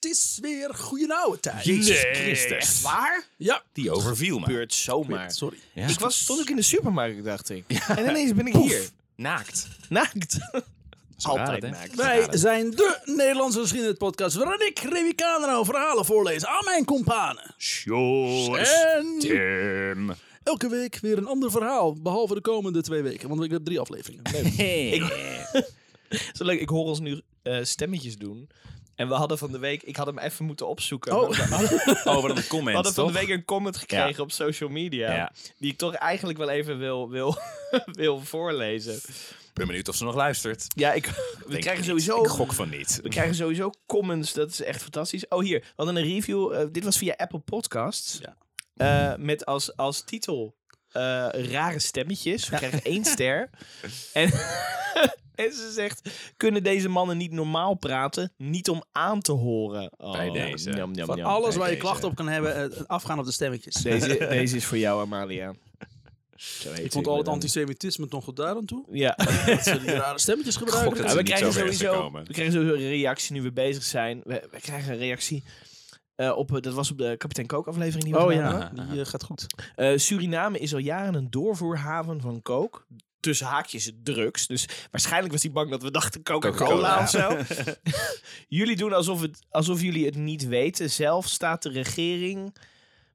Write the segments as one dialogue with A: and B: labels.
A: is weer goede oude tijd.
B: Jezus
C: Nee,
B: Christus.
C: echt waar?
A: Ja,
B: Die overviel me.
C: Gebeurt zomaar.
A: sorry.
B: Ja.
C: Ik was, stond ook in de supermarkt, dacht ik. En ineens ben ik hier.
B: Naakt.
C: Naakt. Altijd
B: raar, hè?
C: naakt.
A: Wij zijn de Nederlandse geschiedenispodcast waarin ik, Remy Kanero, verhalen voorlees aan mijn kompanen.
B: Sjoerd.
A: En
B: Tim.
A: elke week weer een ander verhaal, behalve de komende twee weken, want ik heb drie afleveringen.
C: Zo leuk, ik hoor ons nu eh, stemmetjes doen. En we hadden van de week, ik had hem even moeten opzoeken.
A: Oh.
C: maar we hadden-
B: Over een
C: we
B: comment,
C: hadden van de
B: toch?
C: week een comment gekregen op social media.
B: Ja.
C: Die ik toch eigenlijk wel even wil, wil, wil voorlezen.
B: Ik ben benieuwd of ze nog luistert.
C: Ja, ik, we,
B: Denk
C: krijgen
B: ik
C: sowieso,
B: niet. Ik gok van niet.
C: we krijgen sowieso comments. Dat is echt fantastisch. Oh, hier. We hadden een review. eh, dit was via Apple Podcasts.
A: Ja.
C: Eh, met als, als titel eh, Rare Stemmetjes. We krijgen één ster. En, en ze zegt... Kunnen deze mannen niet normaal praten? Niet om aan te horen. Oh,
B: Bij deze.
C: jam, jam,
A: Van
C: jam.
A: alles waar je
B: deze.
A: klachten op kan hebben, eh, afgaan op de stemmetjes.
C: Deze, deze is voor jou, Amalia. Zo heet
A: Ik
C: ze,
A: vond al het
C: ben-
A: antisemitisme toch goed daar aan toe.
C: Ja.
A: Dat ze die rare stemmetjes gebruiken.
B: dat
C: Ja,
B: ze
C: we,
B: niet
C: krijgen
B: zo ver is
C: sowieso,
B: gekomen.
C: we krijgen sowieso een reactie nu we bezig zijn. We, we krijgen een reactie eh, op, eh, dat was op de Kapitein Kook aflevering die we
A: Oh
C: gedaan
A: ja,
C: hebben.
A: die eh, gaat goed.
C: Eh, Suriname is al jaren een doorvoerhaven van kook. Tussen haakjes drugs. Dus waarschijnlijk was hij bang dat we dachten Coca-Cola of zo. jullie doen alsof, het, alsof jullie het niet weten. Zelf staat de regering...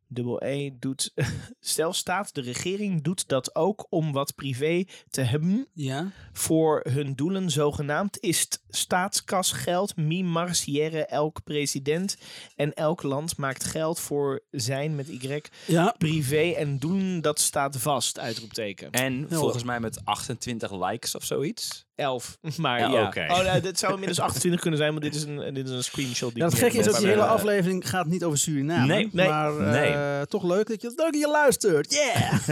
C: Dubbel E doet... Zelf staat de regering doet dat ook om wat privé te hebben
A: Ja.
C: voor hun doelen zogenaamd is het staatskas geld, mi marciere elk president en elk land maakt geld voor zijn met y
A: Ja.
C: privé en doen dat staat vast uitroepteken.
B: En
A: Heel
B: volgens mij met 28 likes of zoiets.
C: 11 maar ja.
B: Ja, oké.
C: Oh, nou, dit zou inmiddels 28 kunnen zijn, want dit is een dit is een screenshot die
A: Ja, het
C: ik
A: gekke is
C: heb.
A: dat die hele
B: eh,
A: aflevering gaat niet over Suriname.
B: Nee,
C: nee,
A: maar eh,
B: nee.
A: toch leuk dat je, leuk dat je luistert. Yeah!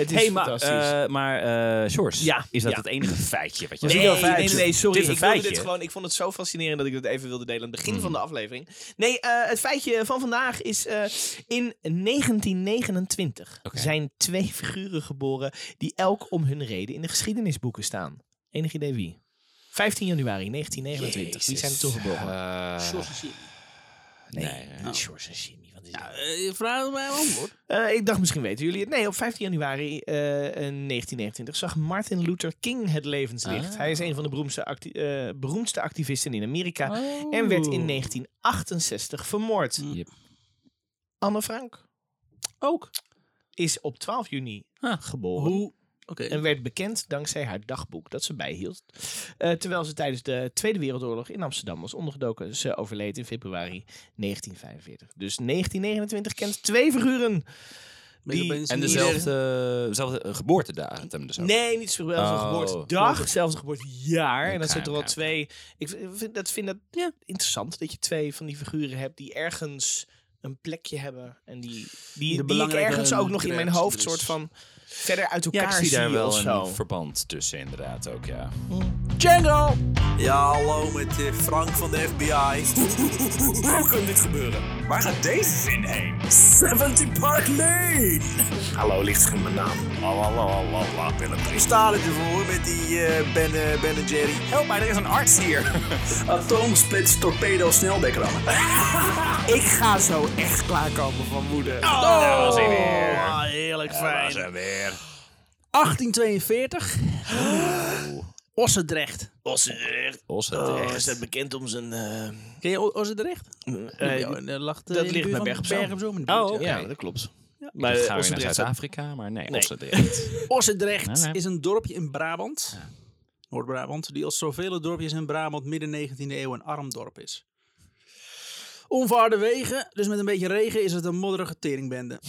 C: Het is
B: Hey, maar,
C: fantastisch.
B: eh maar eh, Sjors,
C: Ja,
B: is dat
C: ja.
B: het enige feitje wat je
C: Nee,
B: zegt?
C: nee, nee, nee, sorry.
B: Dit is een
C: ik, wilde
B: feitje. Mm.
C: dit gewoon, ik vond het zo fascinerend dat ik dit even wilde delen aan het begin van de aflevering. Nee, eh, het feitje van vandaag is eh, in 1929
B: Oké.
C: zijn twee figuren geboren die elk om hun reden in de geschiedenisboeken staan. Enig idee wie? 15 januari 1929. Wie zijn er toen geboren? Eh.
B: Eh,
C: nee,
B: nee.
C: niet George en Jimmy. want die-
A: eh, je vraagt mij een antwoord.
C: Eh, ik dacht, misschien weten jullie het. Nee, op 15 januari eh, 1929 zag Martin Luther King het levenslicht.
B: Ah.
C: Hij is een van de beroemdste, acti- eh, beroemdste activisten in Amerika. En werd in 1968 vermoord.
A: Hm.
B: Oh. Mm. Yep.
C: Anne Frank
A: Ook.
C: is op 12 juni
B: Ah.
C: geboren.
A: Hoe? Oké.
B: Eh.
C: En werd bekend dankzij haar dagboek dat ze bijhield. Eh, terwijl ze tijdens de Tweede Wereldoorlog in Amsterdam was ondergedoken. Ze overleed in februari 1945. Dus 1929 kent twee figuren.
A: Ben je
C: die-
A: opeens
B: En
A: niet meer-
B: dezelfde, dezelfde eh, geboortedatum dus ook.
C: Nee, niet zowel
B: Oh.
C: geboortedag, zelfs geboortejaar. en dat
B: Oké,
C: zijn toch wel
B: oké.
C: twee. Ik vind dat, vind dat ja, interessant dat je twee van die figuren hebt die ergens een plekje hebben. En die, die, die ik
A: belangrijke
C: ergens ook nog in mijn
A: cracks
C: hoofd
A: dus.
C: soort van verder uit
B: Ja,
C: elkaar
B: ik zie daar
C: of
B: wel
C: zo.
B: een verband tussen inderdaad ook, ja.
A: Django!
D: Ja, hallo met eh, Frank van de FBI. Hoe kan dit gebeuren? Waar gaat deze zin heen? 70 Park Lane! Hallo, ligt in mijn naam. Lalalala, Willem. Sta het ervoor met die eh, ben, eh, ben en Jerry. Help mij, er is een arts hier. Atoomsplits, torpedo, sneldekker. Ik ga zo echt klaarkomen van moeder. Oh,
C: Nou,
B: Daar was hij weer.
C: Oh,
A: Ah, heerlijk fijn.
B: weer.
A: Oh, 1842.
C: Oh.
A: Ossendrecht.
C: Ossendrecht.
B: Ossendrecht.
C: Oh, is dat bekend om zijn...
A: Ken je O- Ossendrecht?
C: eh,
A: Ja, daar lag de-
C: dat
A: in de
C: ligt
A: buurt
C: naar
A: van
C: Bergen op
A: Bergen op Zoom
C: Zoom. Oh,
A: in de buurt,
B: Oh,
A: ja.
C: ja, dat klopt.
B: Maar eh, gaan we weer naar
C: Ossendrecht staat-
B: Zuid-Afrika, maar nee,
C: Nee. Oh,
B: Ossendrecht.
A: Ossendrecht
B: Nou, nee.
A: is een dorpje in Brabant, Noord-Brabant, die als zoveel dorpjes in Brabant midden 19e eeuw een arm dorp is. Onvaarde wegen, dus met een beetje regen is het een modderige teringbende.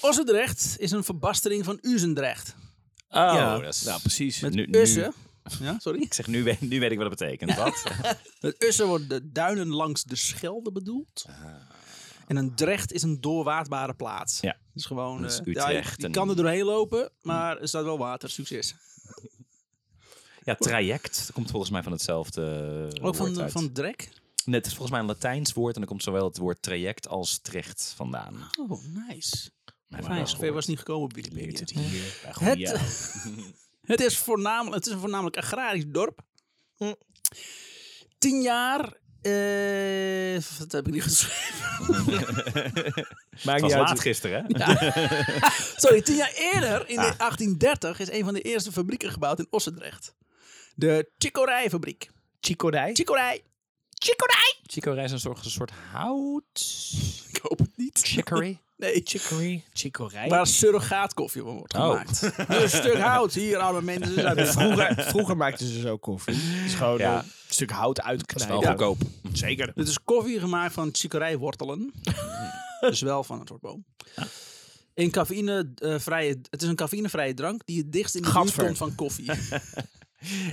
A: Ossendrecht is een verbastering van Uzendrecht.
B: Oh,
C: ja,
B: dat is...
C: nou, precies.
B: nu, nu-
A: Ussen, ja, sorry.
B: ik zeg, nu, weet- nu weet ik wat het betekent. Wat?
A: Met Ussen worden de duinen langs de Schelde bedoeld.
C: Ah.
A: En een drecht is een doorwaadbare plaats.
B: Ja.
A: Dus gewoon,
B: Dat is
A: eh, ja, je,
B: Utrecht
A: je
B: en- mm.
A: kan er doorheen lopen, maar er staat wel water. Succes.
B: ja, traject. Dat komt volgens mij van hetzelfde eh,
A: Ook
B: woord
A: van,
B: uit.
A: van drek.
B: Nee, het is volgens mij een Latijns woord en dan komt zowel het woord traject als trecht vandaan.
A: Oh, nice.
B: Mijn
A: Fijn, zover was het niet gekomen op
C: Leert
A: Wikipedia.
C: het hier. bij goede
A: Het,
C: jou.
A: het,
B: Mm.
A: is voornamelijk, het is een voornamelijk agrarisch dorp.
C: Hm.
A: Tien jaar Eh, dat heb ik niet geschreven.
C: Maakt
B: Het
C: niet
B: was laat
C: uit.
B: gisteren, hè?
A: Sorry, tien jaar eerder, in
B: Ah.
A: 1830, is een van de eerste fabrieken gebouwd in Ossendrecht. De Chicorij-fabriek.
C: Chicorij.
A: Chicorij.
C: Chicorij.
B: Chicorij is een soort, een soort hout.
A: Ik hoop het niet.
B: Chicory.
A: Nee,
C: Chicorij. Chicorij.
A: waar surrogaatkoffie van wordt
B: Oh.
A: gemaakt. Een stuk hout, hier arme mensen. Uit de
C: dus Vroeger, vroeger maakten ze zo koffie. Het is gewoon
B: Ja.
C: een stuk hout
B: Wel
C: uitknijpen.
B: goedkoop.
C: Zeker.
A: Dit is koffie gemaakt van chicorijwortelen. dus wel van een soort boom. In cafeïne, eh, vrije, het is een cafeïnevrije drank die het dichtst in de buurt
C: Gadver.
A: komt van koffie.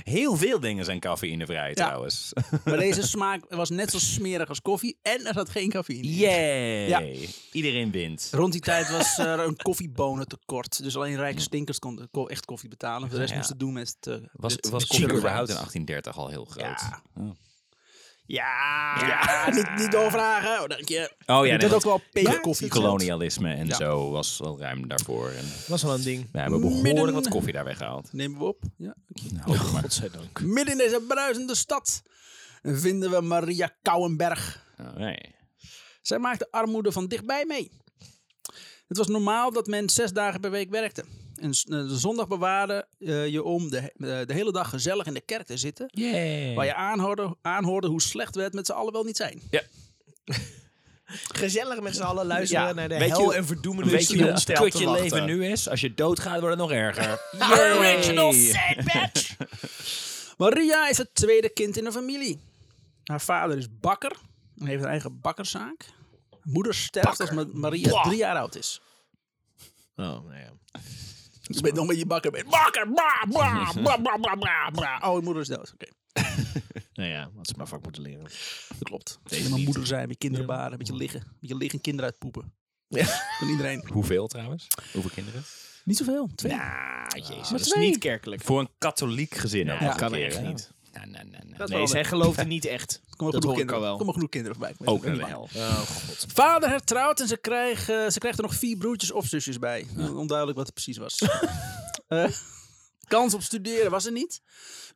B: Heel veel dingen zijn cafeïnevrij trouwens.
A: maar deze smaak was net zo smerig als koffie en er zat geen cafeïne in.
B: Yay.
A: Ja.
B: Iedereen wint.
A: Rond die tijd was er een koffiebonentekort. Dus alleen rijke stinkers konden ko- echt koffie betalen. Voor de rest
B: Ja.
A: moesten doen met... eh,
B: Was,
A: dit-
B: was
A: met
B: koffie
A: sugar.
B: überhaupt in 1830 al heel groot?
A: Ja.
B: Oh.
A: Ja, niet, niet doorvragen. Oh, dank je.
B: ja, nee,
A: dat is
B: want-
A: ook wel peperkoffie.
B: Kolonialisme en zo was wel ruim daarvoor. En
C: was wel een ding.
B: we hebben behoorlijk
A: Midden-
B: wat koffie daar weggehaald.
A: Nemen we op. Ja,
B: Nou, maar.
C: Godzijdank.
A: Midden in deze bruisende stad vinden we Maria Kouwenberg.
B: Oh, nee.
A: Zij maakte armoede van dichtbij mee. Het was normaal dat men zes dagen per week werkte. En s- eh, de zondag bewaarde eh, je om de, he- eh, de hele dag gezellig in de kerk te zitten. Waar je aanhoorde, aanhoorde hoe slecht we het met z'n allen wel niet zijn.
C: Gezellig met z'n allen luisteren
B: Ja.
C: naar de
B: Weet je
C: hel
B: hoe-
C: en verdoemenis
B: Weet je
C: die
B: hoe
C: ons
B: kut
C: stelt dus te
B: je
C: wachten?
B: leven nu is? Als je doodgaat, wordt het nog erger.
A: Original sin, bitch! Maria is het tweede kind in de familie. Haar vader is bakker en heeft een eigen bakkerszaak. Haar moeder sterft als Ma- Maria drie jaar oud is.
C: Oh, nou ja.
A: Je bent nog met je bakker bent. Bakker, bra, bra, bra, bra, bra, bra, bra. Oh, je moeder is dood. Oké,
C: Nou ja, wat ze maar vak moeten leren.
A: dat klopt. Deze mijn moeder zijn, met kinderen baren, met je liggen. Met je liggen kinderen uitpoepen.
C: Ja.
A: Van iedereen.
B: Hoeveel trouwens? Hoeveel kinderen?
A: Niet zoveel, twee.
C: Ah, jezus. Dat is
A: twee.
C: niet kerkelijk.
B: Voor een katholiek gezin. Ja,
C: kan echt niet.
B: Nou, nou, nou, nou.
A: Dat is
C: Nee, zij geloofde niet echt.
A: Kom
C: dat
A: genoeg
C: hoor ik al
A: kinderen.
C: wel.
A: Kom genoeg kinderen voorbij. Ik weet
B: Ook
A: het
B: naar
A: niet
B: de
A: waar.
C: Oh,
B: hel.
C: god.
A: Vader hertrouwt en ze krijgt, eh, ze krijgt er nog vier broertjes of zusjes bij. Onduidelijk wat het precies was. Eh, kans op studeren was er niet.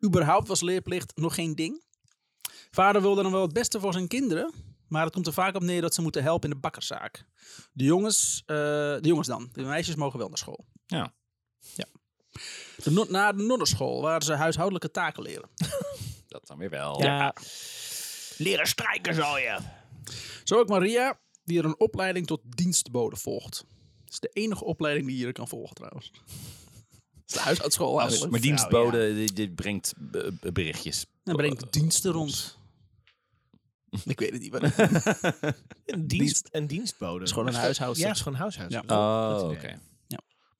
A: Überhaupt was leerplicht nog geen ding. Vader wilde dan wel het beste voor zijn kinderen. Maar het komt er vaak op neer dat ze moeten helpen in de bakkerszaak. De jongens, eh, de jongens dan. De meisjes mogen wel naar school.
B: Ja.
A: De no- naar de nonneschool, waar ze huishoudelijke taken leren.
B: Dat dan weer wel.
C: Ja. Leren strijken zal je.
A: Zo ook Maria, die er een opleiding tot dienstbode volgt. Dat is de enige opleiding die je er kan volgen trouwens. Dat is de huishoudschool eigenlijk.
B: Maar dienstbode die, die brengt eh, berichtjes.
A: En brengt diensten rond. Ik weet het niet. Maar het
C: Een,
A: Dienst-
C: dienst, een dienstbode. Het
A: is gewoon een huishoudster.
C: Ja, het is gewoon een huishoudster.
B: Oh, oké.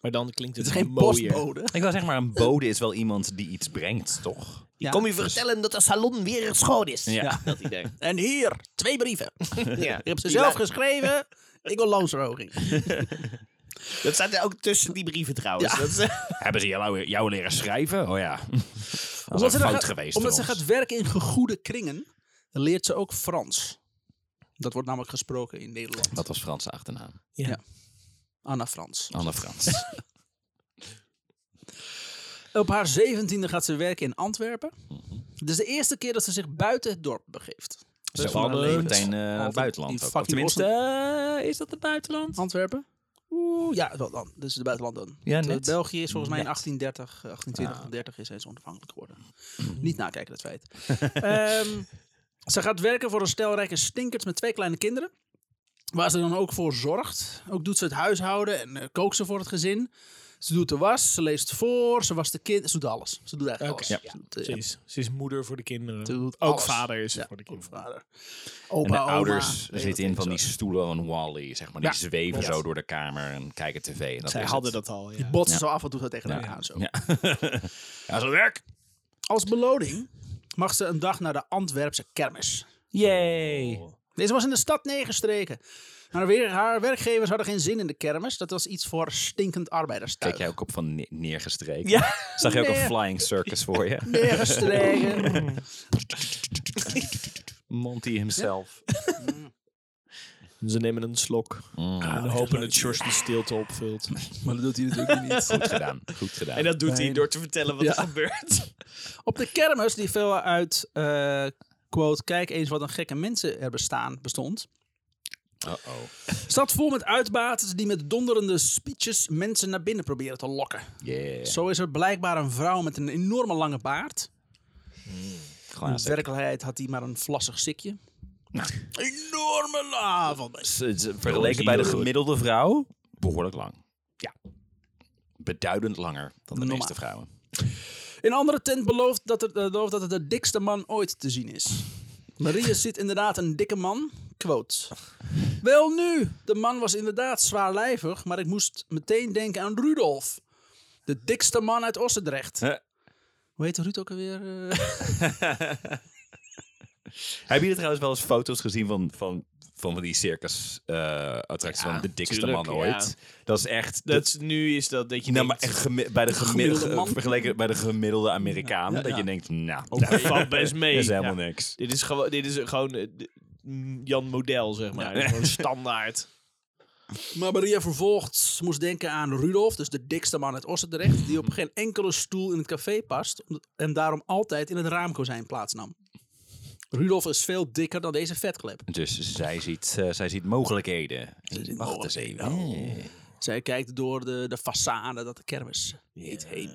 C: Maar dan klinkt het,
A: is geen
C: mooier.
A: postbode.
B: Ik wil zeggen, maar een bode is wel iemand die iets brengt, toch?
A: Ja.
C: Kom je vertellen dat de salon weer schoon is.
B: Ja.
C: Dat idee.
A: En hier, twee brieven.
C: Ja.
A: Ik heb ze zelf geschreven. Ik wil loonsverhoging.
C: Dat staat er ook tussen die brieven trouwens. Dat is,
B: Hebben ze jou, jou leren schrijven? Oh ja. Dat is
A: Omdat,
B: een
A: dan
B: fout
A: gaat,
B: geweest.
A: omdat
B: van
A: ze
B: ons.
A: gaat werken in gegoede kringen, leert ze ook Frans. Dat wordt namelijk gesproken in Nederland.
B: Dat was Franse achternaam.
A: Anna Frans.
B: Anne Frans.
A: Op haar zeventiende gaat ze werken in Antwerpen. Dit is de eerste keer dat ze zich buiten het dorp begeeft.
B: Ze
A: van
B: wandelen
A: een-
B: meteen eh, naar
A: van
B: het
A: die
B: buitenland. Ook.
A: fucking
B: Of Tenminste, eh, is dat het buitenland?
A: Antwerpen? Oeh, ja, wel dan. Dus het buitenland dan.
B: Ja,
A: Want, eh,
B: net.
A: België is volgens mij in 1830, eh, 1820 30 is eens onafhankelijk geworden.
B: Mhm.
A: Niet nakijken, dat feit. Ehm, ze gaat werken voor een stelrijke stinkers met twee kleine kinderen. Waar ze dan ook voor zorgt. Ook doet ze het huishouden en eh, kookt ze voor het gezin. Ze doet de was, ze leest voor, ze wast de kind. Ze doet alles. Ze doet eigenlijk
C: Oké.
A: alles.
B: Ja.
A: Ze doet, eh,
C: ze, is, ze is moeder voor de kinderen.
A: Ze doet
C: ook
A: alles.
C: vader is ze
A: Ja,
C: voor de
A: ook
C: kinderen.
A: vader.
B: En de
A: Opa, oma,
B: ouders
A: weet
B: zitten
A: ik
B: in van die
A: wat.
B: stoelen van Wally, zeg maar. Die
A: Ja,
B: zweven
A: klopt.
B: zo door de kamer en kijken tv. En dat
C: Zij
B: is
C: hadden
B: het.
C: dat al. Ja.
A: Die botsen zo af en toe zo tegen elkaar aan. Zo.
B: Ja. ja, zo werk.
A: Als beloning mag ze een dag naar de Antwerpse kermis.
B: Yay.
C: Oh.
A: Deze was in de stad neergestreken. Maar weer, haar werkgevers hadden geen zin in de kermis. Dat was iets voor stinkend
B: Kijk jij
A: arbeiderstuig.
B: ook op van ne- neergestreken?
C: Ja.
B: Zag je ook
A: Nee.
B: een flying circus voor je?
A: Neergestreken.
B: Monty himself.
C: Ze nemen een slok. en hopen Ah, dat George de stilte opvult.
A: maar dat doet hij natuurlijk niet.
B: Goed gedaan. Goed gedaan.
C: En dat doet hij door te vertellen wat
A: Ja.
C: er gebeurt.
A: Op de kermis, die veel uit eh, Quote, kijk eens wat een gekke mensen er bestaan, bestond.
B: Uh-oh.
A: Stad vol met uitbaters die met donderende speeches mensen naar binnen proberen te lokken.
B: Yeah.
A: Zo is er blijkbaar een vrouw met een enorme lange baard. In
B: Glazen.
A: werkelijkheid had hij maar een vlassig sikje. Enorme lava.
B: Vergeleken bij de gemiddelde...
C: vrouw.
B: Behoorlijk lang. Ja. Beduidend langer dan de
A: Normaal.
B: meeste vrouwen.
A: Een andere tent belooft dat, er, eh, belooft dat het de dikste man ooit te zien is. Maria ziet inderdaad een dikke man. Quote. Wel nu, de man was inderdaad zwaarlijvig, maar ik moest meteen denken aan Rudolf. De dikste man uit Ossendrecht.
B: Huh?
A: Hoe heet Ruud ook alweer? eh?
B: Hebben jullie trouwens wel eens foto's gezien van, van, van die circus eh, attracties
C: Ja,
B: van de dikste
C: tuurlijk,
B: man
C: ja.
B: ooit? Dat is echt...
C: Dat is- nu is dat dat je
B: nou, maar
C: denkt,
B: echt gemi- bij de
A: Gemiddelde
B: gemiddelde,
A: man.
B: vergeleken bij de gemiddelde Amerikaan, dat je denkt, nou, dat
C: dat valt best mee.
B: is helemaal
C: Ja.
B: niks.
C: Dit is gewoon, dit is gewoon eh, de- mm, Jan Model, zeg maar. Gewoon standaard.
A: Maar Maria vervolgt moest denken aan Rudolf, dus de dikste man uit Ossendrecht, die op
C: Mhm.
A: geen enkele stoel in het café past omdat- en daarom altijd in het raamkozijn plaatsnam. Rudolf is veel dikker dan deze vetklep.
B: Dus zij ziet, eh, zij ziet mogelijkheden.
A: ziet
B: Wacht eens even.
C: nou.
B: Eh,
A: Zij kijkt door de, de façade dat de kermis heet heen.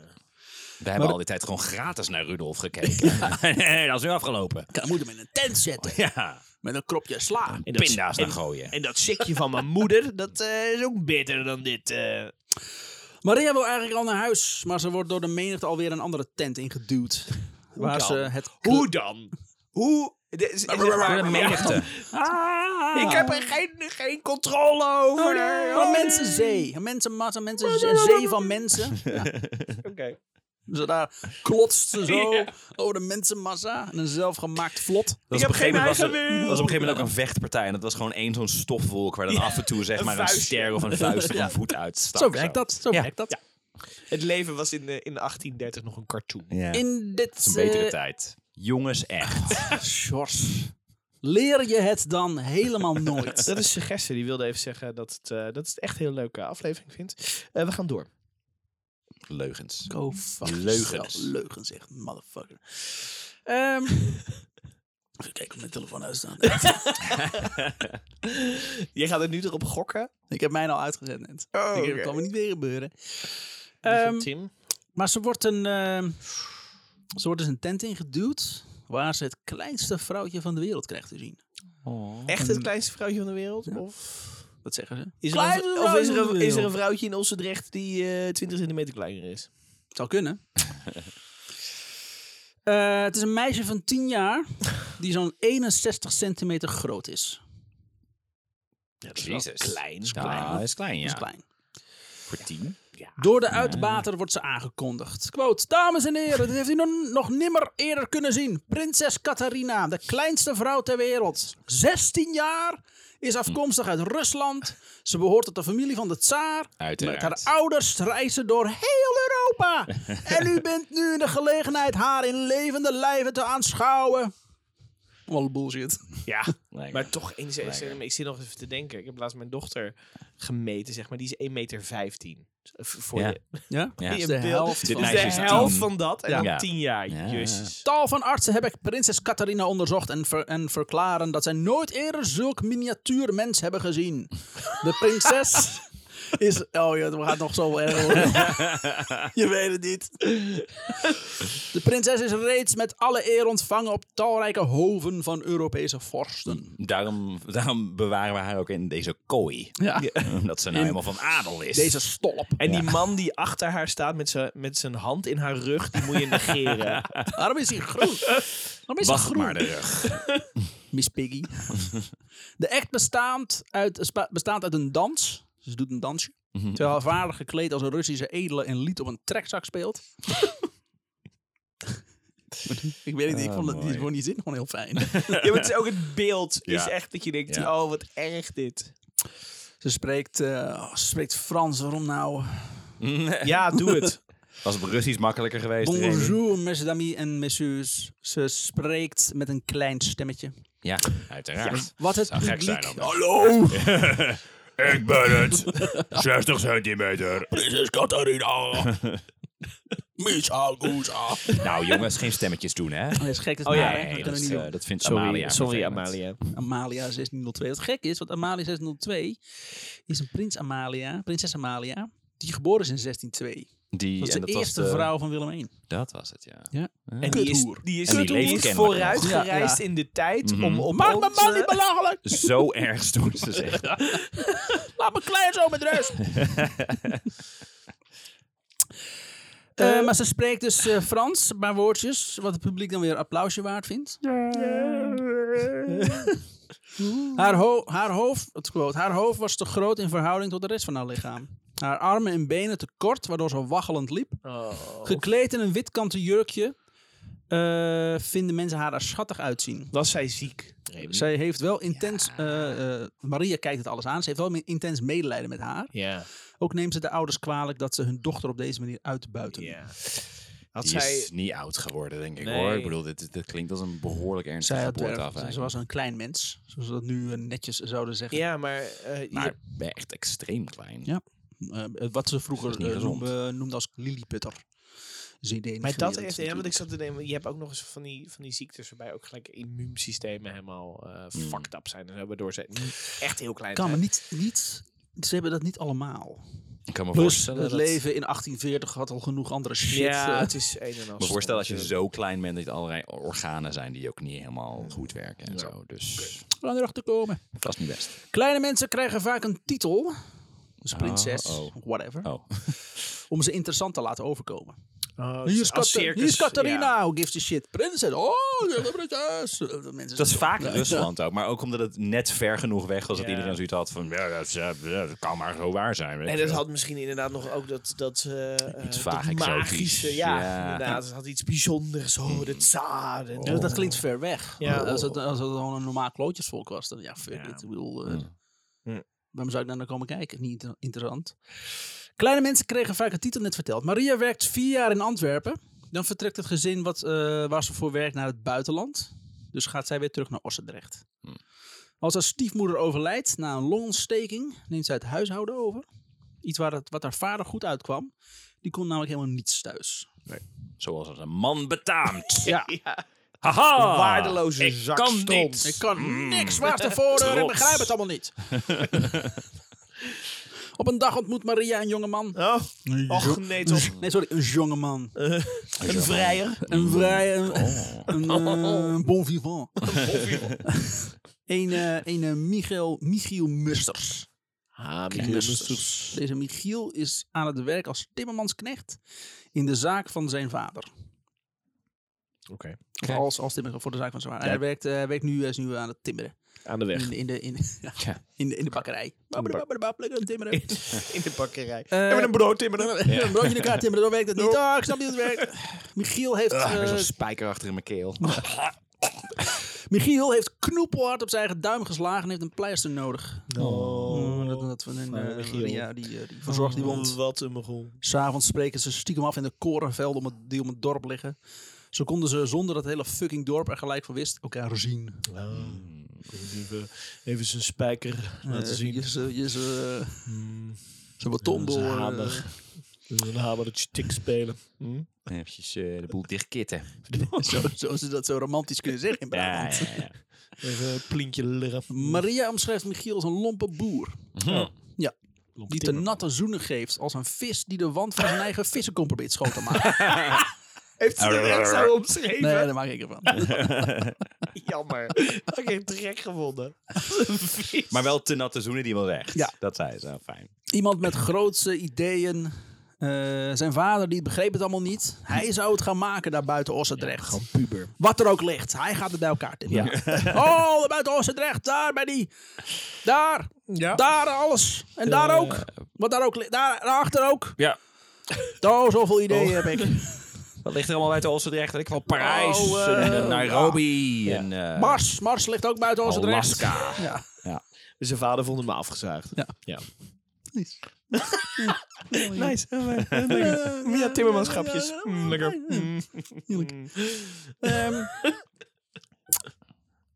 B: We hebben al die tijd gewoon gratis naar Rudolf gekeken. Nee, dat is nu afgelopen.
A: Dan moet hem in een tent zetten
C: Oh,
B: Ja,
A: met een kropje sla.
C: En dat-
B: pinda's naar
C: en-
B: gooien.
C: En dat sikje van mijn moeder, dat eh, is ook beter dan dit. eh.
A: Maria wil eigenlijk al naar huis, maar ze wordt door de menigte alweer een andere tent ingeduwd. Waar
C: dan?
A: ze het...
C: Hoe dan? Hoe? Dit is- is echt-
B: De menigte.
A: Ah!
C: Ik heb er geen, geen controle over.
A: Een mensenzee. Een mensenmassa, mensen, een zee van mensen.
C: Oké.
A: Ze daar klotst ze zo over de mensenmassa. En een zelfgemaakt vlot.
B: Dat
C: Ik
B: was
C: heb
B: op een gegeven
C: geen
B: moment was
C: eigen
B: er-
C: wil.
B: was op een gegeven moment ook een vechtpartij. En dat was gewoon één zo'n stofwolk waar dan af en toe zeg
C: een
B: maar een
C: vuistje.
B: ster of een vuist of een voet uitstak.
A: Zo werkt dat. Zo werkt dat.
C: Het leven was in, eh, in 1830 nog een cartoon.
B: Ja. Dat
A: In dit...
B: is een betere
A: eh,
B: tijd. Jongens, echt.
A: Sjors. Leer je het dan helemaal nooit.
C: Dat is suggestie. Die wilde even zeggen dat het, eh, dat is echt een heel leuke aflevering vindt. Eh, we gaan door.
B: Leugens.
A: Go fuck
B: Oh, Leugens.
A: yourself. Leugens, echt. Motherfucker. Ehm, even kijken of mijn telefoon uitstaat.
C: Jij gaat er nu erop gokken.
A: ik heb mij al uitgezet net. ik
C: Oh,
A: denk,
C: oké.
A: Dat kan me niet weer gebeuren. Ehm,
C: Tim.
A: Maar ze wordt een. ehm, ze wordt dus een tent ingeduwd. Waar ze het kleinste vrouwtje van de wereld krijgt te zien.
C: Echt het kleinste vrouwtje van de wereld? Of
A: Wat zeggen ze?
C: is er,
A: Kleinste
C: een, of
A: vrouwtje
C: is er,
A: van
C: een,
A: de
C: is er een
A: wereld.
C: vrouwtje in Ossendrecht die eh, 20 centimeter kleiner is?
A: Zou kunnen. Eh, het is een meisje van 10 jaar. Die zo'n 61 centimeter groot is.
C: Ja, dat
B: Jezus.
C: klein.
B: Is klein. Ja, is klein, ja.
A: Dat is klein.
B: Voor tien.
A: Door de uitbater wordt ze aangekondigd. Quote, dames en heren, dit heeft u nog, nog nimmer eerder kunnen zien. Prinses Catharina, de kleinste vrouw ter wereld. 16 jaar, is afkomstig uit Rusland. Ze behoort tot de familie van de tsaar.
B: Uiteraard.
A: Met haar ouders reizen door heel Europa. en u bent nu in de gelegenheid haar in levende lijven te aanschouwen. Wat bullshit.
C: Ja,
B: Lekker.
C: maar toch, in ik zit nog even te denken. Ik heb laatst mijn dochter gemeten, zeg maar. Die is 1,15 meter. Dus, eh, Voor
B: Ja.
C: je
A: Ja?
B: Ja.
A: Is
C: Dit
A: de
C: beeld-
A: helft
B: dit
A: van-
C: Dus
B: meisje
C: de
B: is
C: helft
B: tien.
C: van dat en
A: Ja.
B: Ja.
C: dan tien jaar.
B: Ja.
C: Jezus.
A: Tal van artsen heb ik prinses Catharina onderzocht en, ver- en verklaren dat zij nooit eerder zulk miniatuur mens hebben gezien. De prinses is... Oh ja, we gaan nog zo erg worden. Je weet het niet. De prinses is reeds met alle eer ontvangen op talrijke hoven van Europese vorsten.
B: Daarom, daarom bewaren we haar ook in deze kooi.
A: Ja,
B: Omdat ze nou helemaal van adel is.
A: deze stolp.
C: En die man die achter haar staat met zijn, met zijn hand in haar rug, die moet je negeren.
A: Waarom is hij groen? Waarom is hij
B: Wacht
A: groen?
B: maar de rug.
A: Miss Piggy. De act bestaand uit, spa- bestaat uit een dans. Ze doet een dansje.
B: Mhm.
A: Terwijl haar vader gekleed als een Russische edele een lied op een trekzak speelt. ik weet niet, ik
B: Ah,
A: vond het, die,
B: mooi.
A: vond die zin gewoon heel fijn.
C: ja, maar het is ook het beeld.
B: Ja.
C: is echt dat je denkt,
B: Ja.
C: oh wat erg dit.
A: ze, spreekt, eh, ze spreekt Frans, waarom nou?
C: Ja, doe het.
B: Was het Russisch makkelijker geweest? Remy?
A: Bonjour, mes amis en messieurs. Ze spreekt met een klein stemmetje.
B: Ja, uiteraard.
A: Wat het
B: Zou gek zijn
A: publiek...
B: dan.
A: Hallo!
D: Ik ben het. 60 centimeter.
A: Prinses Catharina! Misha Guza.
B: Nou jongens, geen stemmetjes doen hè.
A: Dat Oh, is gek, dat is
C: Oh ja,
A: maar,
C: nee,
A: hè? dat
B: dat,
A: kunnen we
B: is,
A: niet
B: eh,
A: doen.
B: dat vindt
C: Sorry,
B: Amalia.
C: sorry
B: vervelend.
C: Amalia.
A: Amalia 1602. Wat gek is, want Amalia 1602 is een prins Amalia, prinses Amalia, die geboren is in 1602.
B: Die,
A: Dat is
B: en
A: de
B: dat was
A: eerste
B: de-
A: vrouw van Willem I.
B: Dat was het, ja.
A: Ja.
C: En die is,
A: Kuthoer.
C: die is
B: En die leeft
C: niet
B: kennelijk nog.
C: vooruitgereisd
A: Ja,
C: in de tijd
B: Mhm.
C: om op
A: Maak mijn
C: ons,
A: man niet
C: eh,
A: belachelijk!
B: Zo erg stoer ze zich.
A: Laat me klein zo met rust! Eh, maar ze spreekt dus eh, Frans, maar woordjes, wat het publiek dan weer applausje waard vindt. Haar, ho- haar, hoofd, het quote, haar hoofd was te groot in verhouding tot de rest van haar lichaam. Haar armen en benen te kort, waardoor ze waggelend liep. Gekleed in een wit kanten jurkje eh, vinden mensen haar er schattig uitzien.
C: Was zij ziek?
A: Zij heeft wel intens. eh, eh, Maria kijkt het alles aan. Ze heeft wel intens medelijden met haar.
C: Ja.
A: Ook neemt ze de ouders kwalijk dat ze hun dochter op deze manier uitbuiten.
C: Had
B: Die
C: zij...
B: is niet oud geworden, denk ik
C: Nee.
B: hoor. Ik bedoel, dit, dit klinkt als een behoorlijk ernstige
A: Zij had
B: geboorteafwijking.
A: dwerg. Ze was een klein mens, zoals we dat nu eh, netjes zouden zeggen.
C: Ja, maar... eh, je-
B: Maar ben echt extreem klein.
A: Ja. Eh, wat ze vroeger
B: Dat is niet
A: eh,
B: gezond.
A: noemde, noemde als Lilliputter. Zee
C: Maar dat heeft, ja, want ik zat te denken, je hebt ook nog eens van die, van die ziektes waarbij ook gelijk immuunsystemen helemaal eh fucked up zijn. En zo, waardoor ze niet echt heel klein
A: kan me
C: zijn.
A: niet, niet. Ze hebben dat niet allemaal.
B: Ik kan me
A: Plus, het
B: voorstellen dat...
A: leven in 1840 had al genoeg andere shit.
C: Ja,
A: eh,
C: het is een en ander.
B: Ik kan me voorstellen dat je zo klein bent dat er allerlei organen zijn die ook niet helemaal goed werken en zo. Dus
A: om erachter komen.
B: dat is niet best.
A: Kleine mensen krijgen vaak een titel. Dus prinses,
B: Oh, oh.
A: whatever.
B: Oh,
A: Om ze interessant te laten overkomen.
C: Oh,
A: Hier is,
C: als
A: Kat-
C: circus,
A: hier is Catharina,
C: ja.
A: who gives a shit? Prinses, oh, de prinses. Eh, dat mensen-
B: dat is vaak
A: Ja.
B: Rusland ook, maar ook omdat het net ver genoeg weg was dat
C: Ja.
B: iedereen zoiets had van, ja, dat, is, eh, ja, dat kan maar zo waar zijn. weet
C: En
B: je
C: dat
B: wel.
C: had misschien inderdaad nog ook dat, dat eh, eh,
B: Iets
C: dat
B: vaag exotisch.
C: magische, ja,
B: Ja.
C: inderdaad. Het had iets bijzonders, oh, de tsaar. en-
A: Ja, Dat klinkt ver weg.
C: Ja.
A: Als, het, als het gewoon een normaal klootjesvolk was, dan ja, fuck
C: Ja.
A: it. Ik bedoel, eh,
B: Ja.
C: Hm.
A: waarom zou ik daar naar komen kijken? Niet inter- interessant. Kleine mensen kregen vaak een titel net verteld. Maria werkt vier jaar in Antwerpen. Dan vertrekt het gezin wat, eh, waar ze voor werkt naar het buitenland. Dus gaat zij weer terug naar Ossendrecht.
C: Mm.
B: Hm.
A: Als haar stiefmoeder overlijdt na een longontsteking, neemt zij het huishouden over. Iets waar het, wat haar vader goed uitkwam. Die kon namelijk helemaal niets thuis.
B: Zoals het een man betaamt.
A: Ja.
B: Haha!
C: waardeloze
B: ik
C: zak
B: kan
C: stront.
B: niks.
A: Ik kan niks waar tevoren. Ik
B: Trots.
A: begrijp het allemaal niet. Op een dag ontmoet Maria een jongeman.
C: Oh, och, nee toch.
A: Nee, sorry, een jongeman.
C: Een vrijer.
A: Eh, Een vrij, een, een, eh, een bon vivant. een eh, een eh, Michiel, Michiel Musters.
C: Ah,
B: dus-
A: Deze Michiel is aan het werk als timmermansknecht in de zaak van zijn vader.
C: Oké.
A: Of Als, als timmer voor de zaak van zijn vader. Hij werkt, eh, werkt nu, hij is nu aan het timmeren.
C: Aan de weg.
A: In, de- in, de, in, ja,
B: Ja.
A: in, de, in de bakkerij. Babbelabab, Lekker aan het timmeren.
C: In de bakkerij.
A: Eh,
C: en met een brood timmeren.
A: Een broodje in elkaar timmeren, zo werkt het niet. Ah, ik snap niet hoe het werkt. Michiel heeft,
B: Ah,
A: eh,
B: Zo'n spijker achter in mijn keel.
A: Michiel heeft knoepelhard op zijn eigen duim geslagen en heeft een pleister nodig. Oh, dat, dat van een,
C: Van
A: eh,
C: Michiel.
A: Ja, die, eh, die verzorgt die wond.
C: Wat een mogel.
A: S'avonds spreken ze stiekem af in de korenvelden om het, die om het dorp liggen. Zo konden ze zonder dat hele fucking dorp er gelijk van wist elkaar zien.
C: Nou, Hmm. Even, even zijn spijker laten
A: Eh,
C: zien.
A: Je, ze- je, ze-
C: Mm,
A: ze betonbol.
C: zijn
A: eh,
C: hamer. Een hamertje tik spelen. Hm?
B: Dan heb je ze de boel dichtkitten.
A: eh, zo, zoals ze dat zo romantisch kunnen zeggen in Brabant.
B: Ja, ja, ja.
C: Even een plinkje leren.
A: Maria omschrijft Michiel als een lompe boer.
B: Ja.
A: Ja, die te natte zoenen geeft als een vis die de wand van zijn eigen vissenkom probeert schoon te maken.
C: Heeft ze er echt zo omschreven?
A: Nee, daar maak ik ervan.
C: Jammer. Had ik echt te gek gevonden. Vies.
B: Maar wel te natte zoenen die wel recht.
A: Ja.
B: Dat zei ze. Nou, fijn.
A: Iemand met grootse ideeën. Eh, zijn vader die begreep het allemaal niet. Hij zou het gaan maken daar buiten Ossendrecht.
C: puber.
A: Wat er ook ligt. Hij gaat het bij elkaar tippen. Oh, daar buiten Ossendrecht. Daar bij die. Daar.
C: Ja.
A: Daar alles. En daar
C: Eh,
A: ook. Wat daar ook ligt. Daar, daarachter ook.
B: Ja.
A: Oh, zoveel ideeën heb ik.
B: Wat ligt er allemaal buiten Olsendrecht? Ik kwam Parijs,
A: Oh, eh,
B: en, eh, Nairobi en eh,
A: Mars. Mars ligt ook buiten Ossendrecht.
B: Alaska.
A: Ja.
C: Zijn vader vond hem afgezaagd.
A: Ja.
C: ja.
A: Nice.
C: nice. ja, timmermanschapjes. Mm, lekker. Mm.
A: Ehm,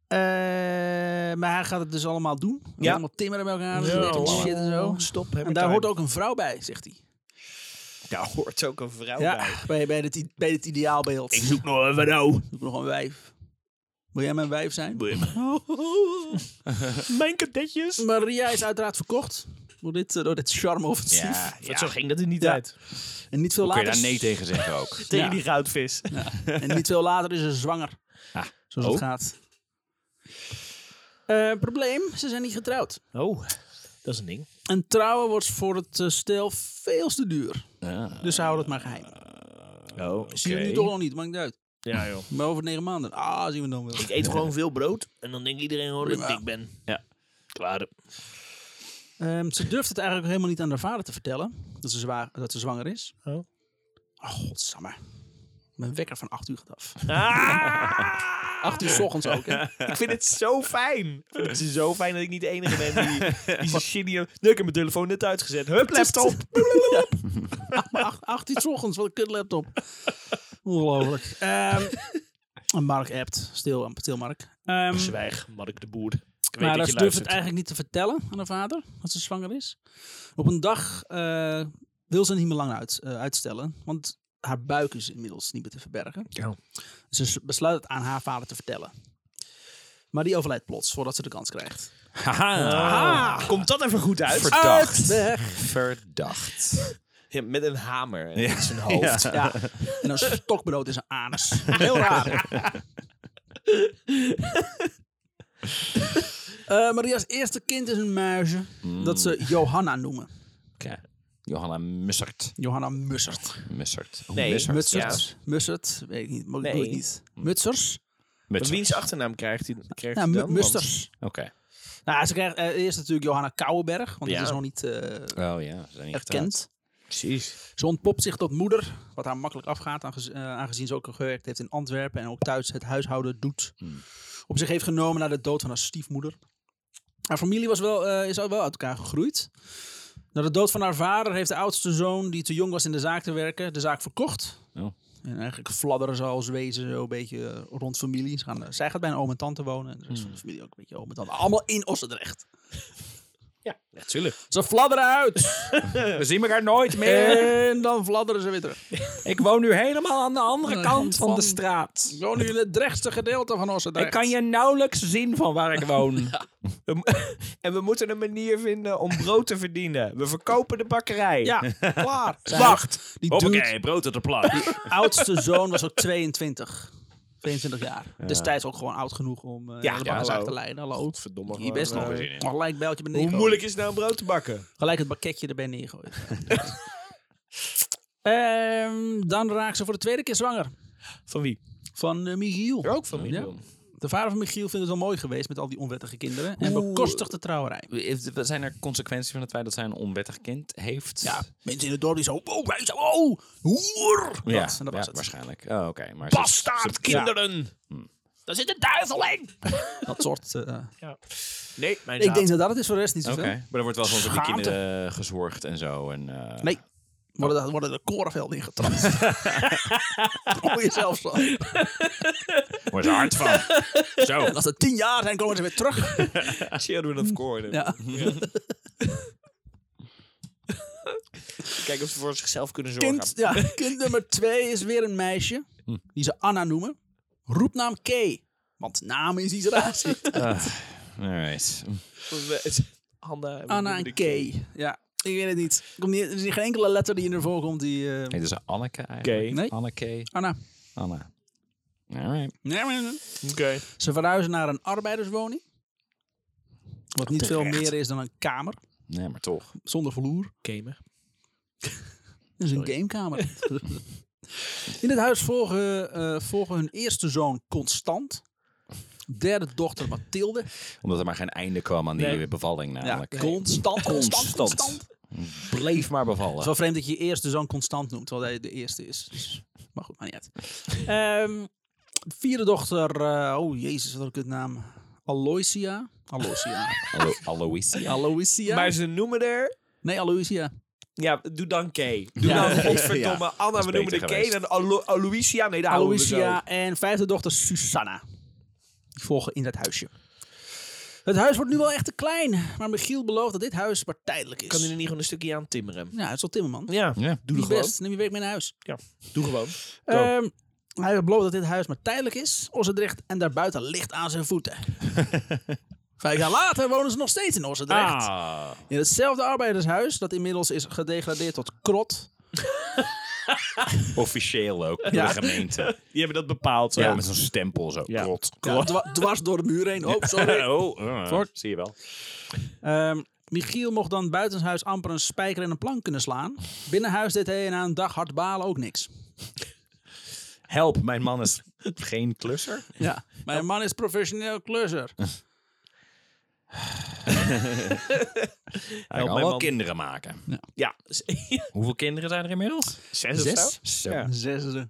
A: eh, maar hij gaat het dus allemaal doen.
C: Ja.
A: Allemaal timmeren bij elkaar.
C: Ja,
A: en shit en zo.
C: Stop.
A: En daar hoort ook een vrouw bij, zegt hij.
C: Daar hoort ook een vrouw bij.
A: Ja, bij, bij, het, i- bij het ideaalbeeld. Ik
C: zoek nog een vrouw.
A: zoek nog een wijf. Wil jij mijn wijf zijn?
C: Mijn kadetjes.
A: Maria is uiteraard verkocht. Door dit, eh, door dit charme-offensief.
B: Ja, ja.
C: Zo ging dat in die
A: Ja.
C: tijd.
A: En niet veel
B: Kun je
A: later...
B: daar
A: is-
B: nee tegen zeggen ook?
C: Tegen
A: Ja.
C: die goudvis.
A: En niet veel later is ze zwanger.
B: Ah,
A: Zoals
B: oh.
A: het gaat. Eh, probleem, ze zijn niet getrouwd.
C: Oh, dat is een ding.
A: En trouwen wordt voor het eh, stel veel te duur. Dus ze houden het maar geheim.
C: Oh,
A: Zien we nu toch nog niet, maakt niet uit.
C: Ja, joh.
A: Maar over negen maanden, ah, zien we dan wel.
C: Ik eet gewoon veel brood en dan denkt iedereen gewoon dat ik dik ben.
B: Ja.
C: Klaar.
A: Ehm, ze durft het eigenlijk helemaal niet aan haar vader te vertellen. Dat ze, zwa- dat ze zwanger is.
C: Oh.
A: Oh, godsamme. Mijn wekker van acht uur gaat af.
C: Ah!
A: Acht uur s ochtends ook, hè.
C: Ik vind het zo fijn. Ik vind het zo fijn dat ik niet de enige ben die, die zo shitty... Nee, ik heb mijn telefoon net uitgezet. Hup, laptop.
A: Maar acht, acht uur 's ochtends, wat een kut laptop. Ongelooflijk. Ehm, en Mark appt. Stil, stil Mark. Ehm,
C: Zwijg, Mark de Boer. Ik weet
A: maar
C: dat
A: dat
C: je
A: ze durft het
C: luistert.
A: eigenlijk niet te vertellen aan haar vader dat ze zwanger is. Op een dag eh, wil ze niet meer lang uit, eh, uitstellen, want haar buik is inmiddels niet meer te verbergen.
C: Ja.
A: Ze s- besluit het aan haar vader te vertellen. Maar die overlijdt plots voordat ze de kans krijgt.
C: Ah, komt dat even goed uit? Oh.
B: Ver- Verdacht.
A: Uit de weg.
B: Verdacht.
C: Ja, met een hamer en in zijn hoofd.
B: Ja.
A: Ja. En een stokbrood is een anus. Heel raar. Eh, Maria's eerste kind is een muisje dat
C: Mm.
A: ze Johanna noemen.
B: Oké. Johanna Mussert.
A: Johanna Mussert.
B: Mussert. Oh,
C: Nee,
B: Mussert.
A: Mutsert. Mutsert, weet ik niet. Maar ik doe het
C: Nee.
A: niet. Mutsers?
C: Maar
B: Mussert.
C: wiens achternaam krijgt hij krijgt
A: Ja,
C: hij
A: mu-
C: dan?
A: musters.
B: Oké.
A: Nou, ze krijgen eh, eerst natuurlijk Johanna Kouwenberg, want
C: Ja.
A: die is nog niet eh,
B: Oh ja, ze zijn niet getrouwd.
A: erkend.
C: Precies.
A: Ze ontpopt zich tot moeder, wat haar makkelijk afgaat, aange- eh, aangezien ze ook al gewerkt heeft in Antwerpen en ook thuis het huishouden doet.
B: Hmm.
A: Op zich heeft genomen na de dood van haar stiefmoeder. Haar familie was wel, eh, is al wel uit elkaar gegroeid. Na de dood van haar vader heeft de oudste zoon, die te jong was in de zaak te werken, de zaak verkocht.
B: Oh.
A: En eigenlijk fladderen ze als wezen zo een beetje eh, rond familie. Ze gaan, eh, zij gaat bij een oom en tante wonen en de rest van de familie ook een beetje oom en tante. Allemaal in Ossendrecht.
C: Natuurlijk.
A: Ze fladderen uit
B: We zien elkaar
C: Eh.
B: nooit
A: en dan fladderen ze weer terug.
B: Ik woon nu helemaal aan de andere
C: Eh,
A: Nee, kant van van- de
B: straat.
A: Ik woon nu in het drechtste gedeelte van
C: Nou
A: Ossendrecht.
B: nauwelijks zien van waar ik woon.
C: En we moeten een manier vinden om brood te verdienen. We verkopen de bakkerij.
A: Ja, Ah, klaar.
C: Wacht.
A: Die dude,
B: Hoppakee, brood op de plank.
A: oudste zoon was ook 22. 22 jaar. Destijds ook gewoon oud genoeg om eh
C: Ja,
A: de
C: ja,
A: bakkerszaak
C: hallo.
A: te leiden. Hallo.
C: Verdomme.
A: Hier best nog.
B: eh,
A: Nog een gelijk bijltje beneden.
C: Hoe
A: gooien.
C: moeilijk is het nou om brood te bakken?
A: Gelijk het pakketje erbij neergooien. Ehm, dan raakt ze voor de tweede keer zwanger.
C: Van wie?
A: Van eh, Michiel.
C: Ook van
A: Ja. De vader van Michiel vindt het wel mooi geweest met al die onwettige kinderen. En
B: Oeh.
A: bekostigt de trouwerij.
B: Zijn er consequenties van het feit dat zij een onwettig kind heeft?
A: Ja, mensen in het dorp die zo... Oh, wij zo... Oh, hoer. Dat,
B: Ja,
A: en dat was
B: ja,
A: het.
B: waarschijnlijk. Oh, oké. Maar ze-
C: Bastaardkinderen! Daar zit de duivel in!
A: Dat soort... eh,
C: Nee, mijn
A: ik denk dat dat het is voor de rest niet
B: Oké,
A: zoveel.
B: maar er wordt wel gewoon voor die
A: Schaamte.
B: kinderen eh, gezorgd en zo. En, eh,
A: Nee. Worden, de- worden de korenvelden ingetrapt. Probeer jezelf zo.
B: Wordt er hard van. zo.
A: En als ze tien jaar zijn, komen ze weer terug.
C: Children of Corn.
A: Ja.
C: Kijk of ze voor zichzelf kunnen zorgen.
A: Kind, ja, kind nummer twee is weer een meisje.
B: Hm.
A: Die ze Anna noemen. Roepnaam K. Want naam is iets raars.
B: Ah, Alright.
C: Hanna,
A: Anna en K. Ja, ik weet het niet. Er, komt niet. er is geen enkele letter die in ervoor komt die... eh,
B: Heet ze Anneke eigenlijk?
C: Oké.
A: Nee.
B: Anneke.
A: Anna.
B: Anna. Alright.
A: Nee, nee, nee.
C: Oké.
A: Ze verhuizen naar een arbeiderswoning. Wat niet veel meer is dan een kamer.
B: Nee, maar toch.
A: Zonder vloer.
C: Gamer.
A: Dat is een gamekamer. In het huis volgen, eh, volgen hun eerste zoon Constant. Derde dochter Mathilde.
B: Omdat er maar geen einde kwam aan die
C: Nee.
B: bevalling
A: Ja,
B: namelijk.
A: constant, constant,
B: Constant.
A: constant.
B: Bleef maar bevallen.
A: Het is wel vreemd dat je je eerste zoon Constant noemt, terwijl hij de eerste is. Dus, maar goed, maar niet uit. Ehm, vierde dochter, eh, oh jezus, wat een kutnaam. Aloysia. Aloysia.
B: Alo Aloysia.
A: Aloysia?
C: Maar ze noemen er...
A: Nee, Aloysia.
C: Ja, doe dan K. Doe
A: Ja.
C: dan godverdomme
B: Ja.
C: Anna,
B: Dat
C: we
B: is
C: noemen de
B: beter
C: K.
B: geweest.
C: Dan Alo Aloysia. Nee, daar houden we zo.
A: Aloysia en vijfde dochter Susanna. Die volgen in dat huisje. Het huis wordt nu wel echt te klein, maar Michiel belooft dat dit huis maar tijdelijk is.
C: Kan hij er niet gewoon een stukje aan timmeren?
A: Ja, het is al Timmerman.
C: Ja,
B: Ja.
C: doe
A: Doe je
C: er gewoon.
A: best, neem je werk mee naar huis.
C: Doe gewoon.
A: Ehm, hij belooft dat dit huis maar tijdelijk is. Ossendrecht en daarbuiten ligt aan zijn voeten. Vijf jaar later wonen ze nog steeds in Ossendrecht.
B: Ah.
A: In hetzelfde arbeidershuis, dat inmiddels is gedegradeerd tot krot.
B: Officieel ook, door de gemeente.
C: Die hebben dat bepaald.
B: Ja, met zo'n stempel zo.
C: Ja.
B: Rot.
A: Ja, dwa- dwars door de muur heen. Oh, sorry.
B: Oh, eh,
A: Klot.
B: zie je wel.
A: Ehm, Michiel mocht dan buitenshuis amper een spijker en een plank kunnen slaan. Binnenhuis deed hij na een dag hard balen ook niks.
B: Help, mijn man is geen klusser.
A: Ja. Mijn man is professioneel klusser.
B: Hij
C: mijn
B: kan wel
C: man.
B: kinderen maken.
C: Ja.
B: Hoeveel kinderen zijn er inmiddels?
C: Zes of zo?
B: Zo.
C: Oh, Ja.
A: Zesde.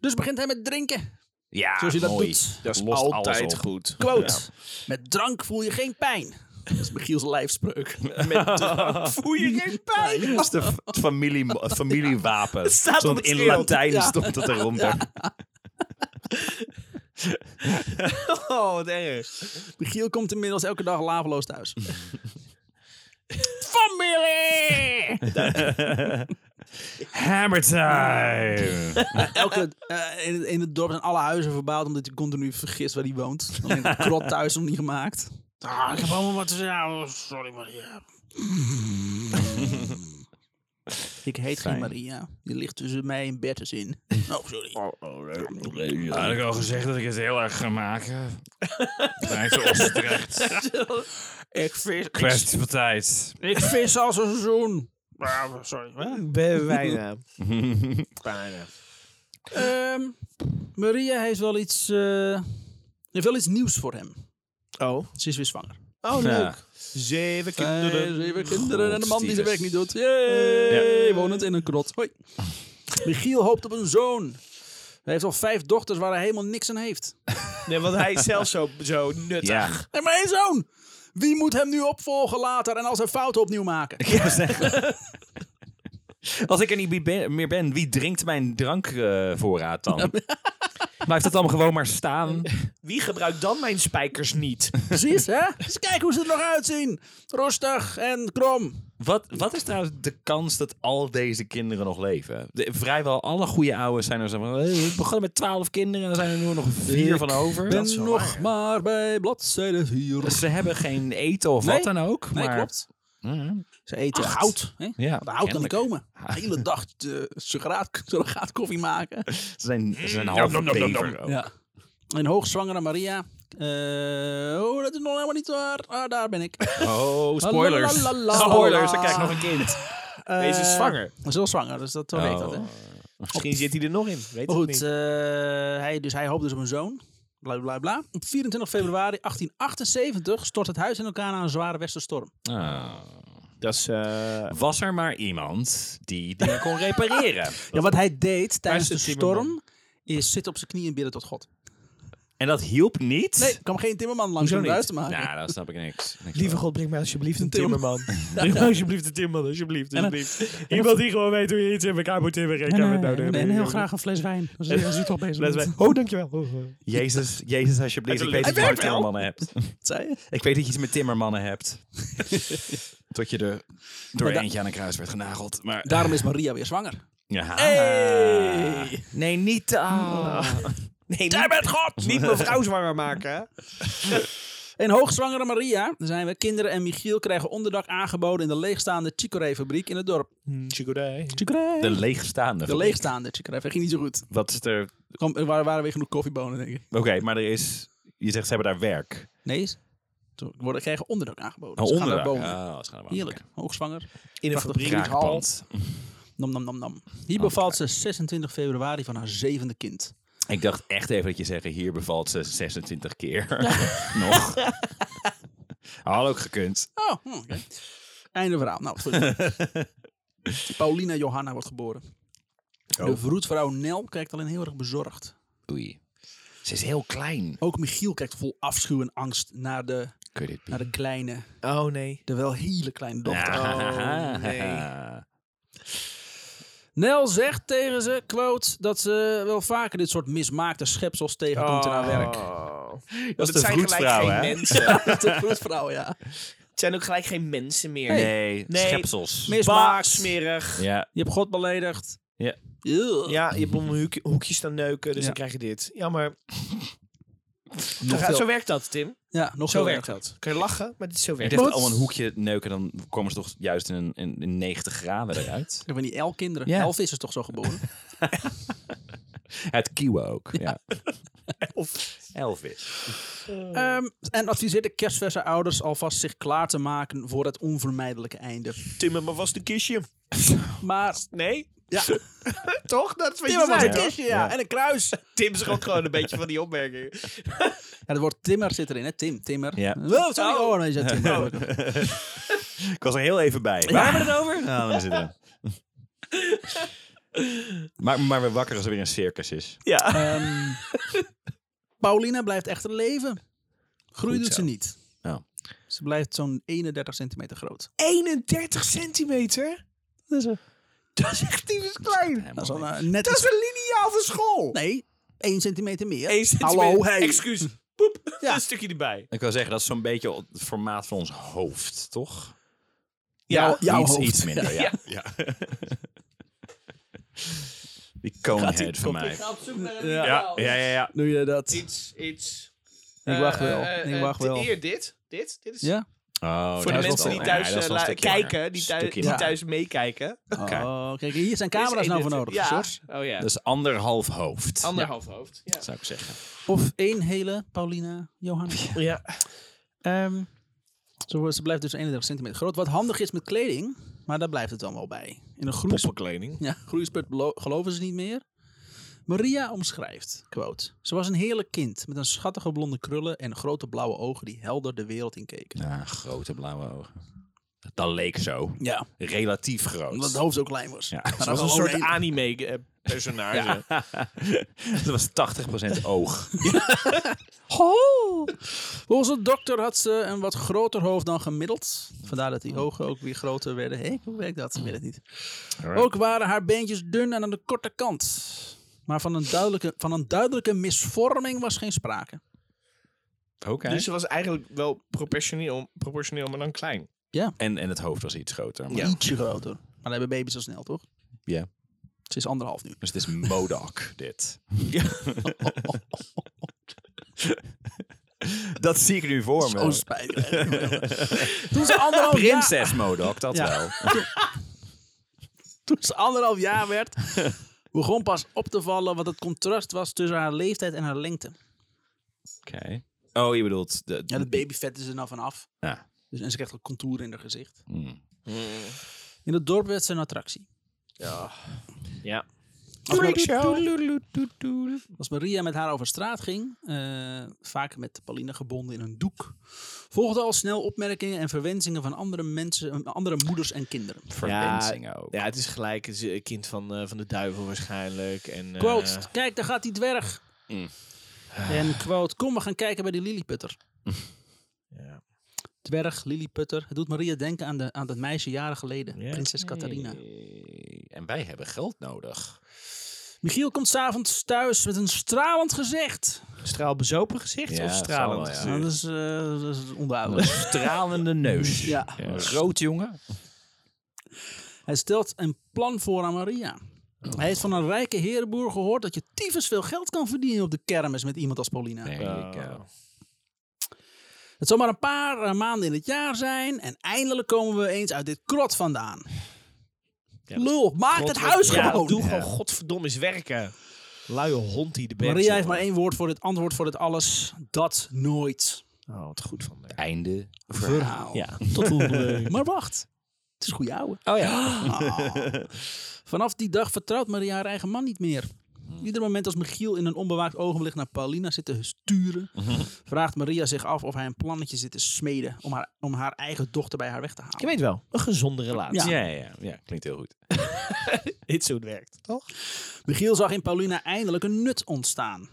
A: Dus begint hij met drinken.
B: Ja,
A: Zoals je dat
B: mooi.
A: doet.
C: Dat is
B: Lost alles
C: altijd
B: op.
C: goed.
A: Quote. Met drank voel je geen pijn. Dat is Michiel's lijfspreuk.
C: Voel je geen pijn?
B: Dat is de f- het familie, het familiewapen.
C: staat op
B: Stond
C: het
B: in
C: schild.
B: Latijn
A: Ja.
B: stond het eronder.
C: Oh, wat erg.
A: Michiel komt inmiddels elke dag laveloos thuis. Familie!
B: Hammer time!
A: Elke, eh, in, in het dorp zijn alle huizen verbouwd omdat hij continu vergist waar hij woont. Alleen de krot thuis nog niet gemaakt. Ah, ik heb allemaal wat te zeggen. oh, Sorry Maria. ik heet geen Maria. Die ligt tussen mij en Bertus in. Oh, sorry.
B: Had ik al gezegd dat ik het heel erg ga maken? Tijd Oostenrecht.
A: Ik vis, ik,
B: Kwestie van tijd.
A: ik vis al zo'n seizoen. Ah, sorry.
C: Bijna. Bijna.
A: Ehm, Maria heeft wel iets, eh, heeft wel iets nieuws voor hem.
C: Oh.
A: Ze is weer zwanger.
C: Oh,
B: Ja.
C: leuk. Eh, Zeven kinderen.
A: Zeven kinderen en een man die zijn
B: Godstiers.
A: werk niet doet. Yay! Wonend in een krot. Hoi. Michiel hoopt op een zoon. Hij heeft al vijf dochters waar hij helemaal niks aan heeft.
C: Nee, want hij is zelf zo, zo nuttig.
B: Ja,
A: En maar één zoon! Wie moet hem nu opvolgen later en al zijn fouten opnieuw maken?
B: ik wou zeggen. Als ik er niet bij ben- meer ben, wie drinkt mijn drankvoorraad dan? Blijft dat allemaal gewoon maar staan?
C: Wie gebruikt dan mijn spijkers niet?
A: Precies, hè? Eens kijken hoe ze er nog uitzien. Rustig en krom.
B: Wat, wat is trouwens de kans dat al deze kinderen nog leven? De- vrijwel alle goede ouders zijn er zo van... "Hey, we begonnen met twaalf kinderen en er zijn er nu nog vier
A: Ik
B: van over.
A: ben nog maar bij bladzijde 4.
B: Ze hebben geen eten of
A: Nee.
B: wat dan ook.
A: Nee,
B: maar,
A: klopt.
B: Mm,
A: Ze eten
B: Acht.
A: hout. Hè?
B: ja,
A: De hout kan niet
B: kennelijk.
A: komen. De hele dag eh, surrogaat surrogaat koffie maken.
B: Ze zijn, ze zijn half
D: nom, nom, nom, nom.
B: bever ook.
A: Ja. En hoogzwangere Maria. Eh, oh, dat is nog helemaal niet waar. Ah, daar ben ik.
B: Oh, spoilers.
A: Lalalala.
B: Spoilers, ik krijg nog een kind.
A: Eh,
C: Deze is zwanger.
A: Ze is wel zwanger, dus dat zo weet dat. Hè?
B: Oh.
C: Misschien zit hij er nog in. Weet
A: Maar
C: het
A: goed,
C: niet.
A: eh, hij, dus hij hoopt dus op een zoon. Bla bla bla. Op 24 februari 1878 stort het huis in elkaar na een zware westerstorm.
B: Ah.
C: dat is... eh,
B: Was er maar iemand die dingen kon repareren.
A: Ja, wat hij deed tijdens
C: is
A: de
C: de timmerman?
A: storm is zitten op zijn knieën en bidden tot God.
B: En dat hielp niet.
A: Nee, er kwam geen timmerman langs om
B: niet?
A: het uit te maken.
B: Nou, daar snap ik niks. niks
C: Lieve
B: van.
C: God, breng mij alsjeblieft een
A: timmerman.
C: timmerman. breng mij alsjeblieft een timmerman, alsjeblieft. alsjeblieft. Iemand die gewoon weet hoe je iets in elkaar moet timmeren. Ik heb het nou nodig.
A: een fles wijn. Als je toch bezig
C: Laten wij- Oh, dankjewel. Oh, oh.
B: Jezus, Jezus, alsjeblieft. Ik weet
C: Hij
B: dat je met
C: werkt wel.
B: timmermannen hebt.
A: Zei je?
B: Ik weet dat je iets met timmermannen hebt. Tot je er door
A: Maar da-
B: eentje aan een kruis werd genageld. Maar
A: Daarom is Maria weer zwanger. Ah.
B: Ja.
A: Hey!
B: Nee, niet.
C: Nee, Daar bent God! ah. Niet mevrouw zwanger maken, hè?
A: En hoogzwangere Maria zijn we. Kinderen en Michiel krijgen onderdak aangeboden in de leegstaande Chicoré-fabriek in het dorp.
C: Hmm, Chicorée.
A: Chicoré?
B: De
A: De,
B: leegstaande. fabriek.
A: leegstaande Chicoré. Dat ging niet zo goed.
B: Wat is er?
A: Kom, er waren, waren weer genoeg koffiebonen, denk ik.
B: Oké, maar er is. Je zegt ze hebben daar werk.
A: Nee, ze worden, krijgen onderdak aangeboden.
B: Oh,
A: Ze gaan
B: onder.
A: daar wonen.
B: Ah, ze gaan daar wonen.
A: Heerlijk. Hoogzwanger.
C: In een
A: Prachtig
C: fabriek.
A: hal.
B: Kraakpand.
A: Nam, nam, nam, nam. Hier bevalt ze 26 februari van haar zevende kind.
B: Ik dacht echt even dat je zeggen, hier bevalt ze 26 keer. Nog. Had ook gekund.
A: Oh, hm, oké. Einde verhaal. Nou, sorry. Paulina Johanna wordt geboren. De vroedvrouw Nel kijkt alleen heel erg bezorgd.
B: Oei. Ze is heel klein.
A: Ook Michiel kijkt vol afschuw en angst naar de,
B: Could it be?
A: naar de kleine,
C: Oh, nee.
A: de wel hele kleine dochter.
B: Ah,
C: Oh, nee.
A: Nel zegt tegen ze, quote, dat ze wel vaker dit soort mismaakte schepsels tegenkomt in
C: Oh.
A: haar werk.
B: Dat
C: Dat
B: is
C: nou het
B: de
C: zijn gelijk
B: vroedvrouw,
C: geen
B: hè?
C: mensen.
A: de vroedvrouw, ja.
C: Het zijn ook gelijk geen mensen meer.
B: Nee,
C: Nee.
B: schepsels.
C: Bah,
A: Mismaakt.
C: smerig.
B: Ja.
A: Je hebt God beledigd.
B: Ja.
A: Ugh.
C: Ja, je hebt om hoek, hoekjes te neuken, dus
A: Ja.
C: dan krijg je dit. Jammer.
A: Nog
C: Zo,
A: veel-
C: zo werkt dat, Tim.
A: ja, nog
C: Zo
A: veel
C: werkt
A: erger.
C: dat. Kan je lachen, maar dit is zo
B: Ik
C: werkt
B: dacht
C: dat.
B: allemaal een hoekje neuken, dan komen ze toch juist in, een- in, in 90 graden eruit.
A: Ik ben die elf-kinderen.
B: Ja.
A: Elf is er toch zo geboren?
B: Het kieuwen ook. Ja. Elvis.
A: Ehm, en adviseert de kerstverse ouders alvast zich klaar te maken voor het onvermijdelijke einde.
C: Timmer, maar was de kistje?
A: Maar,
C: Nee?
A: ja,
C: Toch? Dat is wat
A: Timmer was
C: zei,
A: een
C: toch?
A: kistje, ja. En een kruis.
C: Tim is ook gewoon een beetje van die opmerkingen.
A: Ja, het woord Timmer zit erin, hè? Tim, Timmer.
B: Ja.
A: Oh, sorry. Oh, nee, je zei Timmer.
C: Oh.
B: Ik was er heel even bij. Waar hebben we het over? Nou, dan zitten we. Maar, maar we wakker als er weer een circus is.
C: Ja.
A: Ehm, Paulina blijft echter leven. Groeit doet ze niet.
B: Ja.
A: Ze blijft zo'n 31 centimeter groot.
C: 31 centimeter?
A: Dat is, een-
C: Dat is echt typisch klein.
A: dat is al, eh, net
C: Dat is
A: iets-
C: een liniaal van school.
A: Nee, 1 centimeter meer.
C: Eén centimeter.
A: Hallo, hey.
C: Excuus. Poep.
A: Ja.
C: Een stukje erbij.
B: Ik wil zeggen, dat is zo'n beetje het formaat van ons hoofd, toch?
A: Jouw, jouw
B: iets,
A: hoofd.
B: iets minder, ja. ja. Die conehead van mij.
C: op zoek naar een
B: Ja, ja, ja. ja.
A: Doe je dat?
C: Iets, iets. eh,
A: Ik wacht wel. Ik wacht wel.
C: Eer dit. Dit. Dit is...
A: Ja?
B: Oh,
C: Voor
B: dat
C: de
B: is
C: mensen
B: wel-
C: die
B: ja,
C: thuis
B: dat is
C: eh,
B: wel
C: la-
B: een stukje
C: kijken,
B: langer.
C: die thuis,
B: Stukje
C: die
B: langer.
C: thuis meekijken.
B: Oké.
A: Oh, kijk, hier zijn camera's
C: Is
A: nou voor
C: 31.
A: nodig,
C: Ja.
A: Sjors.
C: Oh ja.
B: Dat is anderhalf hoofd.
C: Anderhalf hoofd. Ja.
B: Dus- Ja, zou ik zeggen.
A: Of één hele Paulina Johanna. Ehm, ze, wordt- ze blijft dus 31 centimeter groot. Wat handig is met kleding, maar daar blijft het dan wel bij. In een groene
C: Poppenkleding.
A: Ja, groeispurt belo- geloven ze niet meer. Maria omschrijft, quote, ze was een heerlijk kind met een schattige blonde krullen en grote blauwe ogen die helder de wereld in keken.
B: Ja, grote blauwe ogen. Dat leek zo.
A: Ja,
B: Relatief groot.
A: omdat het hoofd zo klein was.
B: Ja.
A: Maar
C: Dat was
A: dan
C: een soort
A: alleen-
C: eh, anime-personage.
B: dat was 80% oog.
A: Volgens de dokter had ze een wat groter hoofd dan gemiddeld. Vandaar dat
C: Oh.
A: die ogen ook weer groter werden. Hé, hoe werkt dat? Ik weet het niet.
B: Alright.
A: Ook waren haar beentjes dun en aan de korte kant. Maar van een duidelijke, van een duidelijke misvorming was geen sprake.
B: Oké.
C: Dus ze was eigenlijk wel proportioneel, proportioneel maar dan klein.
B: En, en het hoofd was iets groter. maar-
C: Ja.
A: Ietsje groter. Maar dat hebben baby's al snel, toch?
B: Ja.
A: Ze is anderhalf nu.
B: Dus het is Modoc, dit. dat zie ik nu voor me.
A: Zo spijtig. toen, ze
B: oh,
A: anderhalf jaar,
B: Prinses Modoc, dat
A: Ja.
B: wel.
A: toen ze anderhalf jaar werd, begon pas op te vallen wat het contrast was tussen haar leeftijd en haar lengte.
B: Oké. Oh, je bedoelt... De,
A: Ja, dat babyvet is er nou vanaf.
B: Ja.
A: Dus, en ze krijgt ook contouren in haar gezicht.
B: Hmm.
A: In het dorp werd ze een attractie. nou-
C: Ja. Ja.
A: Afgelopen- Als Maria met haar over straat ging, eh, vaak met Pauline gebonden in een doek, volgden al snel opmerkingen en verwensingen van andere mensen, andere moeders en kinderen.
B: Verwensing ook.
C: Ja, het is gelijk. Het is een kind van, eh, van de duivel waarschijnlijk. En, eh,
A: Quote, kijk, daar gaat die dwerg.
B: Mm.
A: En quote, kom, we gaan kijken bij die lilliputter.
C: Ja.
A: Dwerg, lilliputter. Het doet Maria denken aan, de, aan dat meisje jaren geleden,
C: Ja.
A: prinses Catharina.
B: Hey, En wij hebben geld nodig.
A: Michiel komt s'avonds thuis met een stralend gezicht.
C: Straalbezopen gezicht
B: Ja,
C: of
B: dat zal
C: stralend
B: wel, ja.
C: gezicht?
A: Nou, dat is, eh, dat is onduidelijk.
B: Stralende neus.
A: Ja.
B: Rood, jongen.
A: Hij stelt een plan voor aan Maria. Hij heeft van een rijke herenboer gehoord dat je tyfus veel geld kan verdienen op de kermis met iemand als Paulina.
B: There you go.
A: Het zal maar een paar eh, maanden in het jaar zijn en eindelijk komen we eens uit dit krot vandaan.
C: Ja,
A: Lul, maak het huis
C: ja,
A: gewoon.
C: Doe gewoon godverdomme eens werken. Luie hond die de bent.
A: Maria heeft
C: jongen.
A: maar één woord voor dit antwoord voor dit alles. Dat nooit.
C: Oh, wat goed van haar.
B: Einde.
A: Verhaal.
C: Ja.
A: Tot volgende. maar wacht. Het is goeie ouwe.
B: Oh ja.
A: Ah. Vanaf die dag vertrouwt Maria haar eigen man niet meer. Ieder moment als Michiel in een onbewaakt ogenblik naar Paulina zit te sturen, vraagt Maria zich af of hij een plannetje zit te smeden om haar, om haar eigen dochter bij haar weg te halen.
C: Je weet wel, een gezonde relatie.
A: Ja.
B: Ja, ja, ja. Ja, klinkt heel goed.
C: Dit zo het werkt, toch?
A: Michiel zag in Paulina eindelijk een nut ontstaan.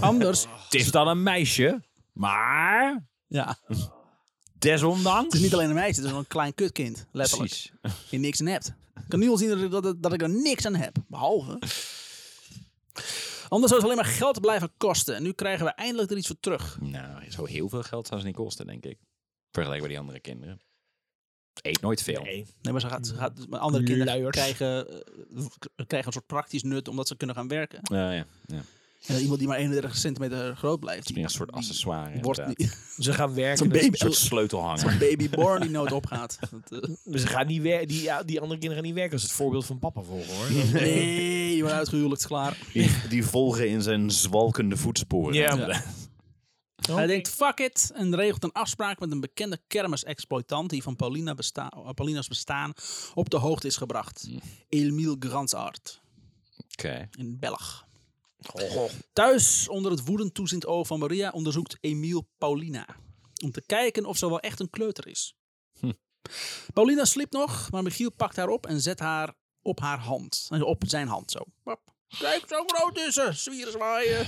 A: Anders,
B: Het is dan een meisje, maar
A: ja, het
B: desondanks.
A: is niet alleen een meisje, het is wel een klein kutkind, letterlijk.
B: Precies.
A: Die niks nept. Ik kan nu al zien dat ik, dat, dat- dat ik er niks aan heb. Behalve. Anders zou het alleen maar geld blijven kosten. En nu krijgen we eindelijk er iets voor terug.
B: Nou, zo heel veel geld zou ze niet kosten, denk ik. Vergelijkbaar die andere kinderen. Eet nooit veel.
A: Nee, maar ze gaat, ze gaat, maar andere kinderen
C: Luiers.
A: krijgen, eh, k- krijgen een soort praktisch nut omdat ze kunnen gaan werken.
B: Ja, ja, ja.
A: En
B: Het
A: dat iemand die maar 31 centimeter groot blijft,
B: is
A: die
B: meer een soort accessoire.
A: wordt
B: inderdaad.
A: niet.
C: Ze gaan werken.
A: Zo'n
C: dus-
A: baby.
B: Een soort sleutelhanger.
A: Babyborn die nooit opgaat. Dat, eh,
C: Maar ze gaan niet wer- die, ja, die andere kinderen gaan niet werken. Dat is het voorbeeld van papa volgen hoor.
A: nee, je wordt uitgehuwelijkd, klaar.
B: Die, die volgen in zijn zwalkende voetsporen.
C: Ja.
A: Ja. Hij denkt, fuck it, en regelt een afspraak met een bekende kermisexploitant die van Paulina besta eh, Paulina's bestaan op de hoogte is gebracht.
B: Hmm.
A: Emile Gransart
B: Oké.
A: in Belg.
C: Oh.
A: Thuis, onder het woedend toeziend oog van Maria, onderzoekt Emile Paulina. Om te kijken of ze wel echt een kleuter is.
B: Hm.
A: Paulina sliep nog, maar Michiel pakt haar op en zet haar op haar hand. eh, Op zijn hand zo. Wap. Kijk, zo groot is ze. Zwieren zwaaien.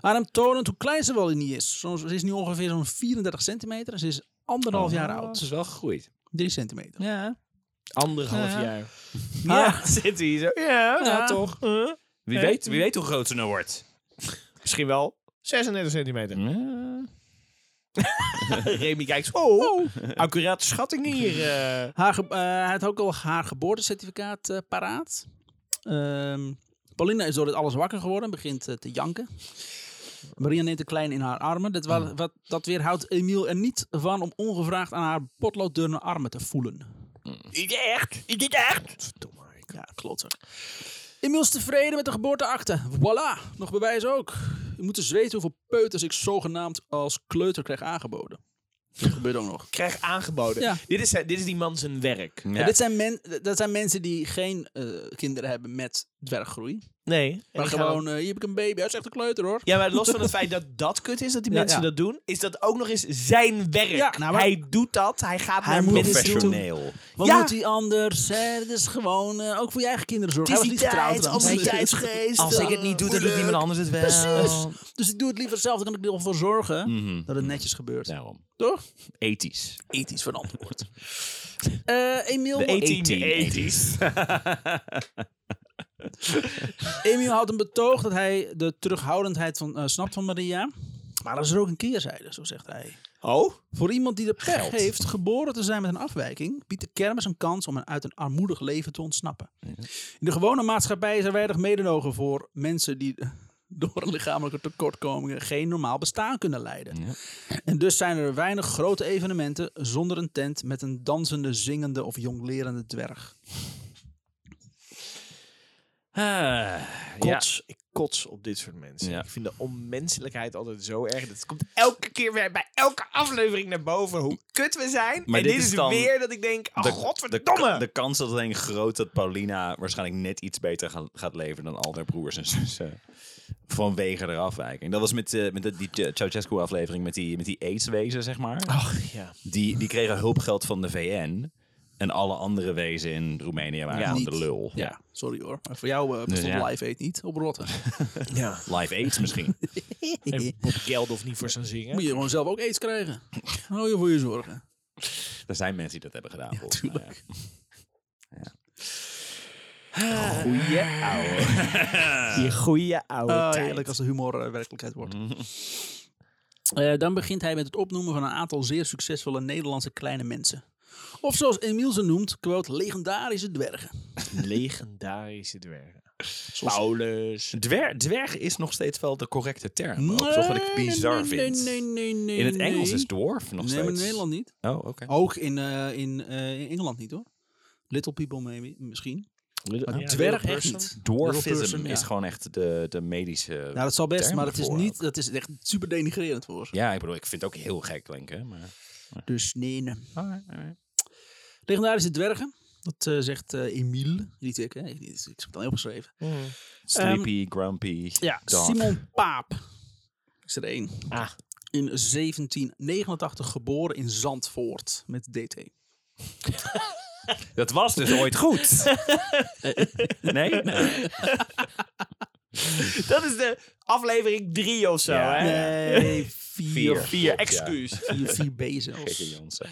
A: Aan hem tonend hoe klein ze wel niet is. Zo, ze is nu ongeveer zo'n 34 centimeter. en Ze is anderhalf jaar
C: nou,
A: oud.
B: is wel gegroeid.
A: Drie centimeter.
B: Oh. Ja.
C: Anderhalf
B: Ja.
C: jaar. Ah,
A: Ja.
C: zit hij zo. Ja,
A: Ja.
C: nou toch. Huh?
B: Wie,
C: Hey.
B: weet, wie weet hoe groot ze nou wordt.
C: Misschien wel 36 centimeter.
B: Ja.
C: Remy kijkt. Oh, accurate schattingen hier. eh.
A: Haar ge- eh, hij had ook al haar geboortecertificaat eh, paraat. Ehm, Paulina is door dit alles wakker geworden en begint eh, te janken. Maria neemt de klein in haar armen. Dat, wa- wat, dat weerhoudt Emiel er niet van om ongevraagd aan haar potlooddunne armen te voelen.
C: Ik echt. Ik echt.
A: Ja, klotter. Emiel is tevreden met de geboorteakte. Voilà, nog bewijs ook. Je moet eens weten hoeveel peuters ik zogenaamd als kleuter krijg aangeboden. Dat gebeurt ook nog.
C: Krijg aangeboden.
A: Ja.
C: Dit, is, zijn- dit is die man zijn werk.
A: Maar dit zijn men, dat zijn mensen die geen eh, kinderen hebben met dwerggroei.
C: Nee. en
A: Maar
C: die gaan dan-
A: gewoon, eh, hier heb ik een baby. Hij is echt een kleuter hoor.
C: Ja, maar los van het feit dat dat kut is, dat die
A: Ja,
C: mensen
A: ja.
C: dat doen, is dat ook nog eens zijn werk.
A: Ja, nou, maar-
C: Hij doet dat, hij gaat
A: Hij
C: naar
A: moet-
C: mensen
B: Professioneel.
A: Wat
C: Ja.
A: moet hij anders? Hè? Het is gewoon, eh, ook voor je eigen kinderen zorgen. Hij was niet getrouwd trouwens.
C: tijdsgeest.
B: anders het wel.
A: Precies. Dus ik doe het liever zelf. Dan kan ik er wel voor zorgen
B: Mhm.
A: dat het netjes gebeurt.
B: Daarom.
A: Toch?
B: Ethisch.
A: Ethisch verantwoord. Eh Emiel,
C: De ethisch.
B: 1880s.
A: Emiel houdt een betoog dat hij de terughoudendheid van, eh, snapt van Maria. Maar er is er ook een keerzijde, zo zegt hij.
C: Oh?
A: Voor iemand die de pech
B: Geld.
A: heeft geboren te zijn met een afwijking, biedt de kermis een kans om een- uit een armoedig leven te ontsnappen. In de gewone maatschappij is er weinig medenogen voor mensen die door een lichamelijke tekortkomingen geen normaal bestaan kunnen leiden. En dus zijn er weinig grote evenementen zonder een tent met een dansende, zingende of jonglerende dwerg.
C: Kots, Ik kots op dit soort mensen.
B: Ja.
C: Ik vind de onmenselijkheid altijd zo erg. Dat komt elke keer weer bij elke aflevering naar boven hoe kut we zijn.
B: Maar
C: en
B: dit
C: dit,
B: is
C: is
B: dan
C: weer dat ik denk, oh godverdomme.
B: de, de kans dat alleen groot dat Paulina waarschijnlijk net iets beter ga- gaat leveren dan al haar broers en zussen. Vanwege de afwijking. Dat was met, eh, met de, die Ch- Ceausescu-aflevering met die, met die aidswezen, zeg maar.
C: Ach ja.
B: Die, die kregen hulpgeld van de VN. En alle andere wezen in Roemenië waren
A: Ja,
B: gewoon de
A: niet.
B: lul.
A: Ja, sorry hoor. Maar voor jou eh, bestond
B: Dus ja.
A: live eet niet op rotten.
C: ja.
B: Live aids misschien.
C: En Bob Geldof niet voor zijn zingen.
A: Moet je gewoon zelf ook aids krijgen. Hou je voor je zorgen.
B: er zijn mensen die dat hebben gedaan. volgens mij,
A: tuurlijk.
C: Goeie ouwe. Die goeie ouwe
A: Oh,
C: tijd.
A: heerlijk als de humor eh, werkelijkheid wordt.
B: Mm.
A: Eh, dan begint hij met het opnoemen van een aantal zeer succesvolle Nederlandse kleine mensen. Of zoals Emiel ze noemt, quote, legendarische dwergen.
C: Legendarische dwergen. Paulus.
B: Dwer- dwerg is nog steeds wel de correcte term. ook, Zo wat ik bizar
A: nee,
B: vind.
A: Nee, nee, nee,
B: In het Engels
A: nee.
B: is dwarf nog
A: Nee,
B: steeds.
A: maar in Nederland niet.
B: Oh, oké.
A: Ook in, eh, in, eh, in Engeland niet hoor. Little people maybe, misschien. Maar
C: Ja,
A: dwerg
C: little
A: echt
C: person.
A: niet.
B: Dwarfism
A: Little person,
B: is
A: ja. Nou-
B: gewoon echt de, de medische...
A: Ja, dat zal best,
B: term
A: maar het is,
B: ervoor
A: niet,
B: ook.
A: dat is echt super denigrerend voor ze.
B: Ja, ik bedoel, ik vind het ook heel gek klinken. Maar...
A: Dus nee, nee. Legendarische dwergen. Dat eh, zegt eh Emile. Niet ik, hè? Ik, ik heb het al opgeschreven.
C: Mm.
B: Sleepy, grumpy,
A: Ja,
B: dog.
A: Simon Paap is er één.
C: Ah.
A: In 1789 geboren in Zandvoort met DT.
B: Dat was dus ooit goed. nee?
C: Dat is de aflevering 3 of zo,
B: Ja.
C: hè?
A: Nee, vier.
B: Vier.
A: Vier,
C: 4,
B: Klopt, ja.
C: excuus.
A: vier, B zelfs.
B: Gekke Jansen.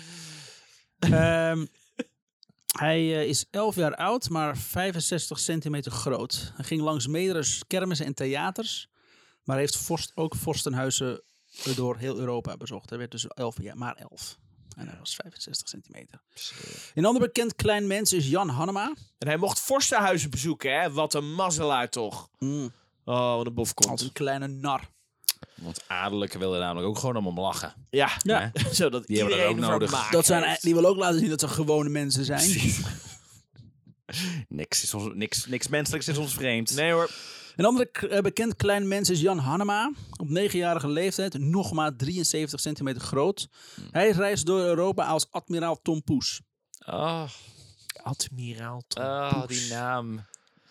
A: Ehm, Hij eh, is 11 jaar oud, maar 65 centimeter groot. Hij ging langs meerdere kermissen en theaters, maar heeft vorst, ook vorstenhuizen door heel Europa bezocht. Hij werd dus 11 jaar, maar 11. En hij was 65 centimeter. Een ander bekend klein mens is Jan Hannema.
C: En hij mocht vorstenhuizen bezoeken, hè? Wat een mazzelaar toch.
A: Mm,
C: Oh, wat
A: als
C: een bofkont.
A: een kleine nar.
B: Want adellijken willen namelijk ook gewoon allemaal lachen.
C: Ja,
A: Ja.
C: zodat
B: Die hebben dat
C: iedereen
B: ook
C: ervan
B: nodig.
C: maakt.
A: Dat zijn, e- die wil ook laten zien dat ze gewone mensen zijn.
B: niks, is ons, niks, niks menselijks is ons vreemd.
C: Nee hoor.
A: Een andere k- eh, bekend klein mens is Jan Hannema. Op negenjarige leeftijd nog maar 73 centimeter groot.
C: Hmm.
A: Hij reist door Europa als admiraal Tom Poes.
B: Oh,
C: Admiraal Tom
B: oh,
C: Poes.
B: die naam.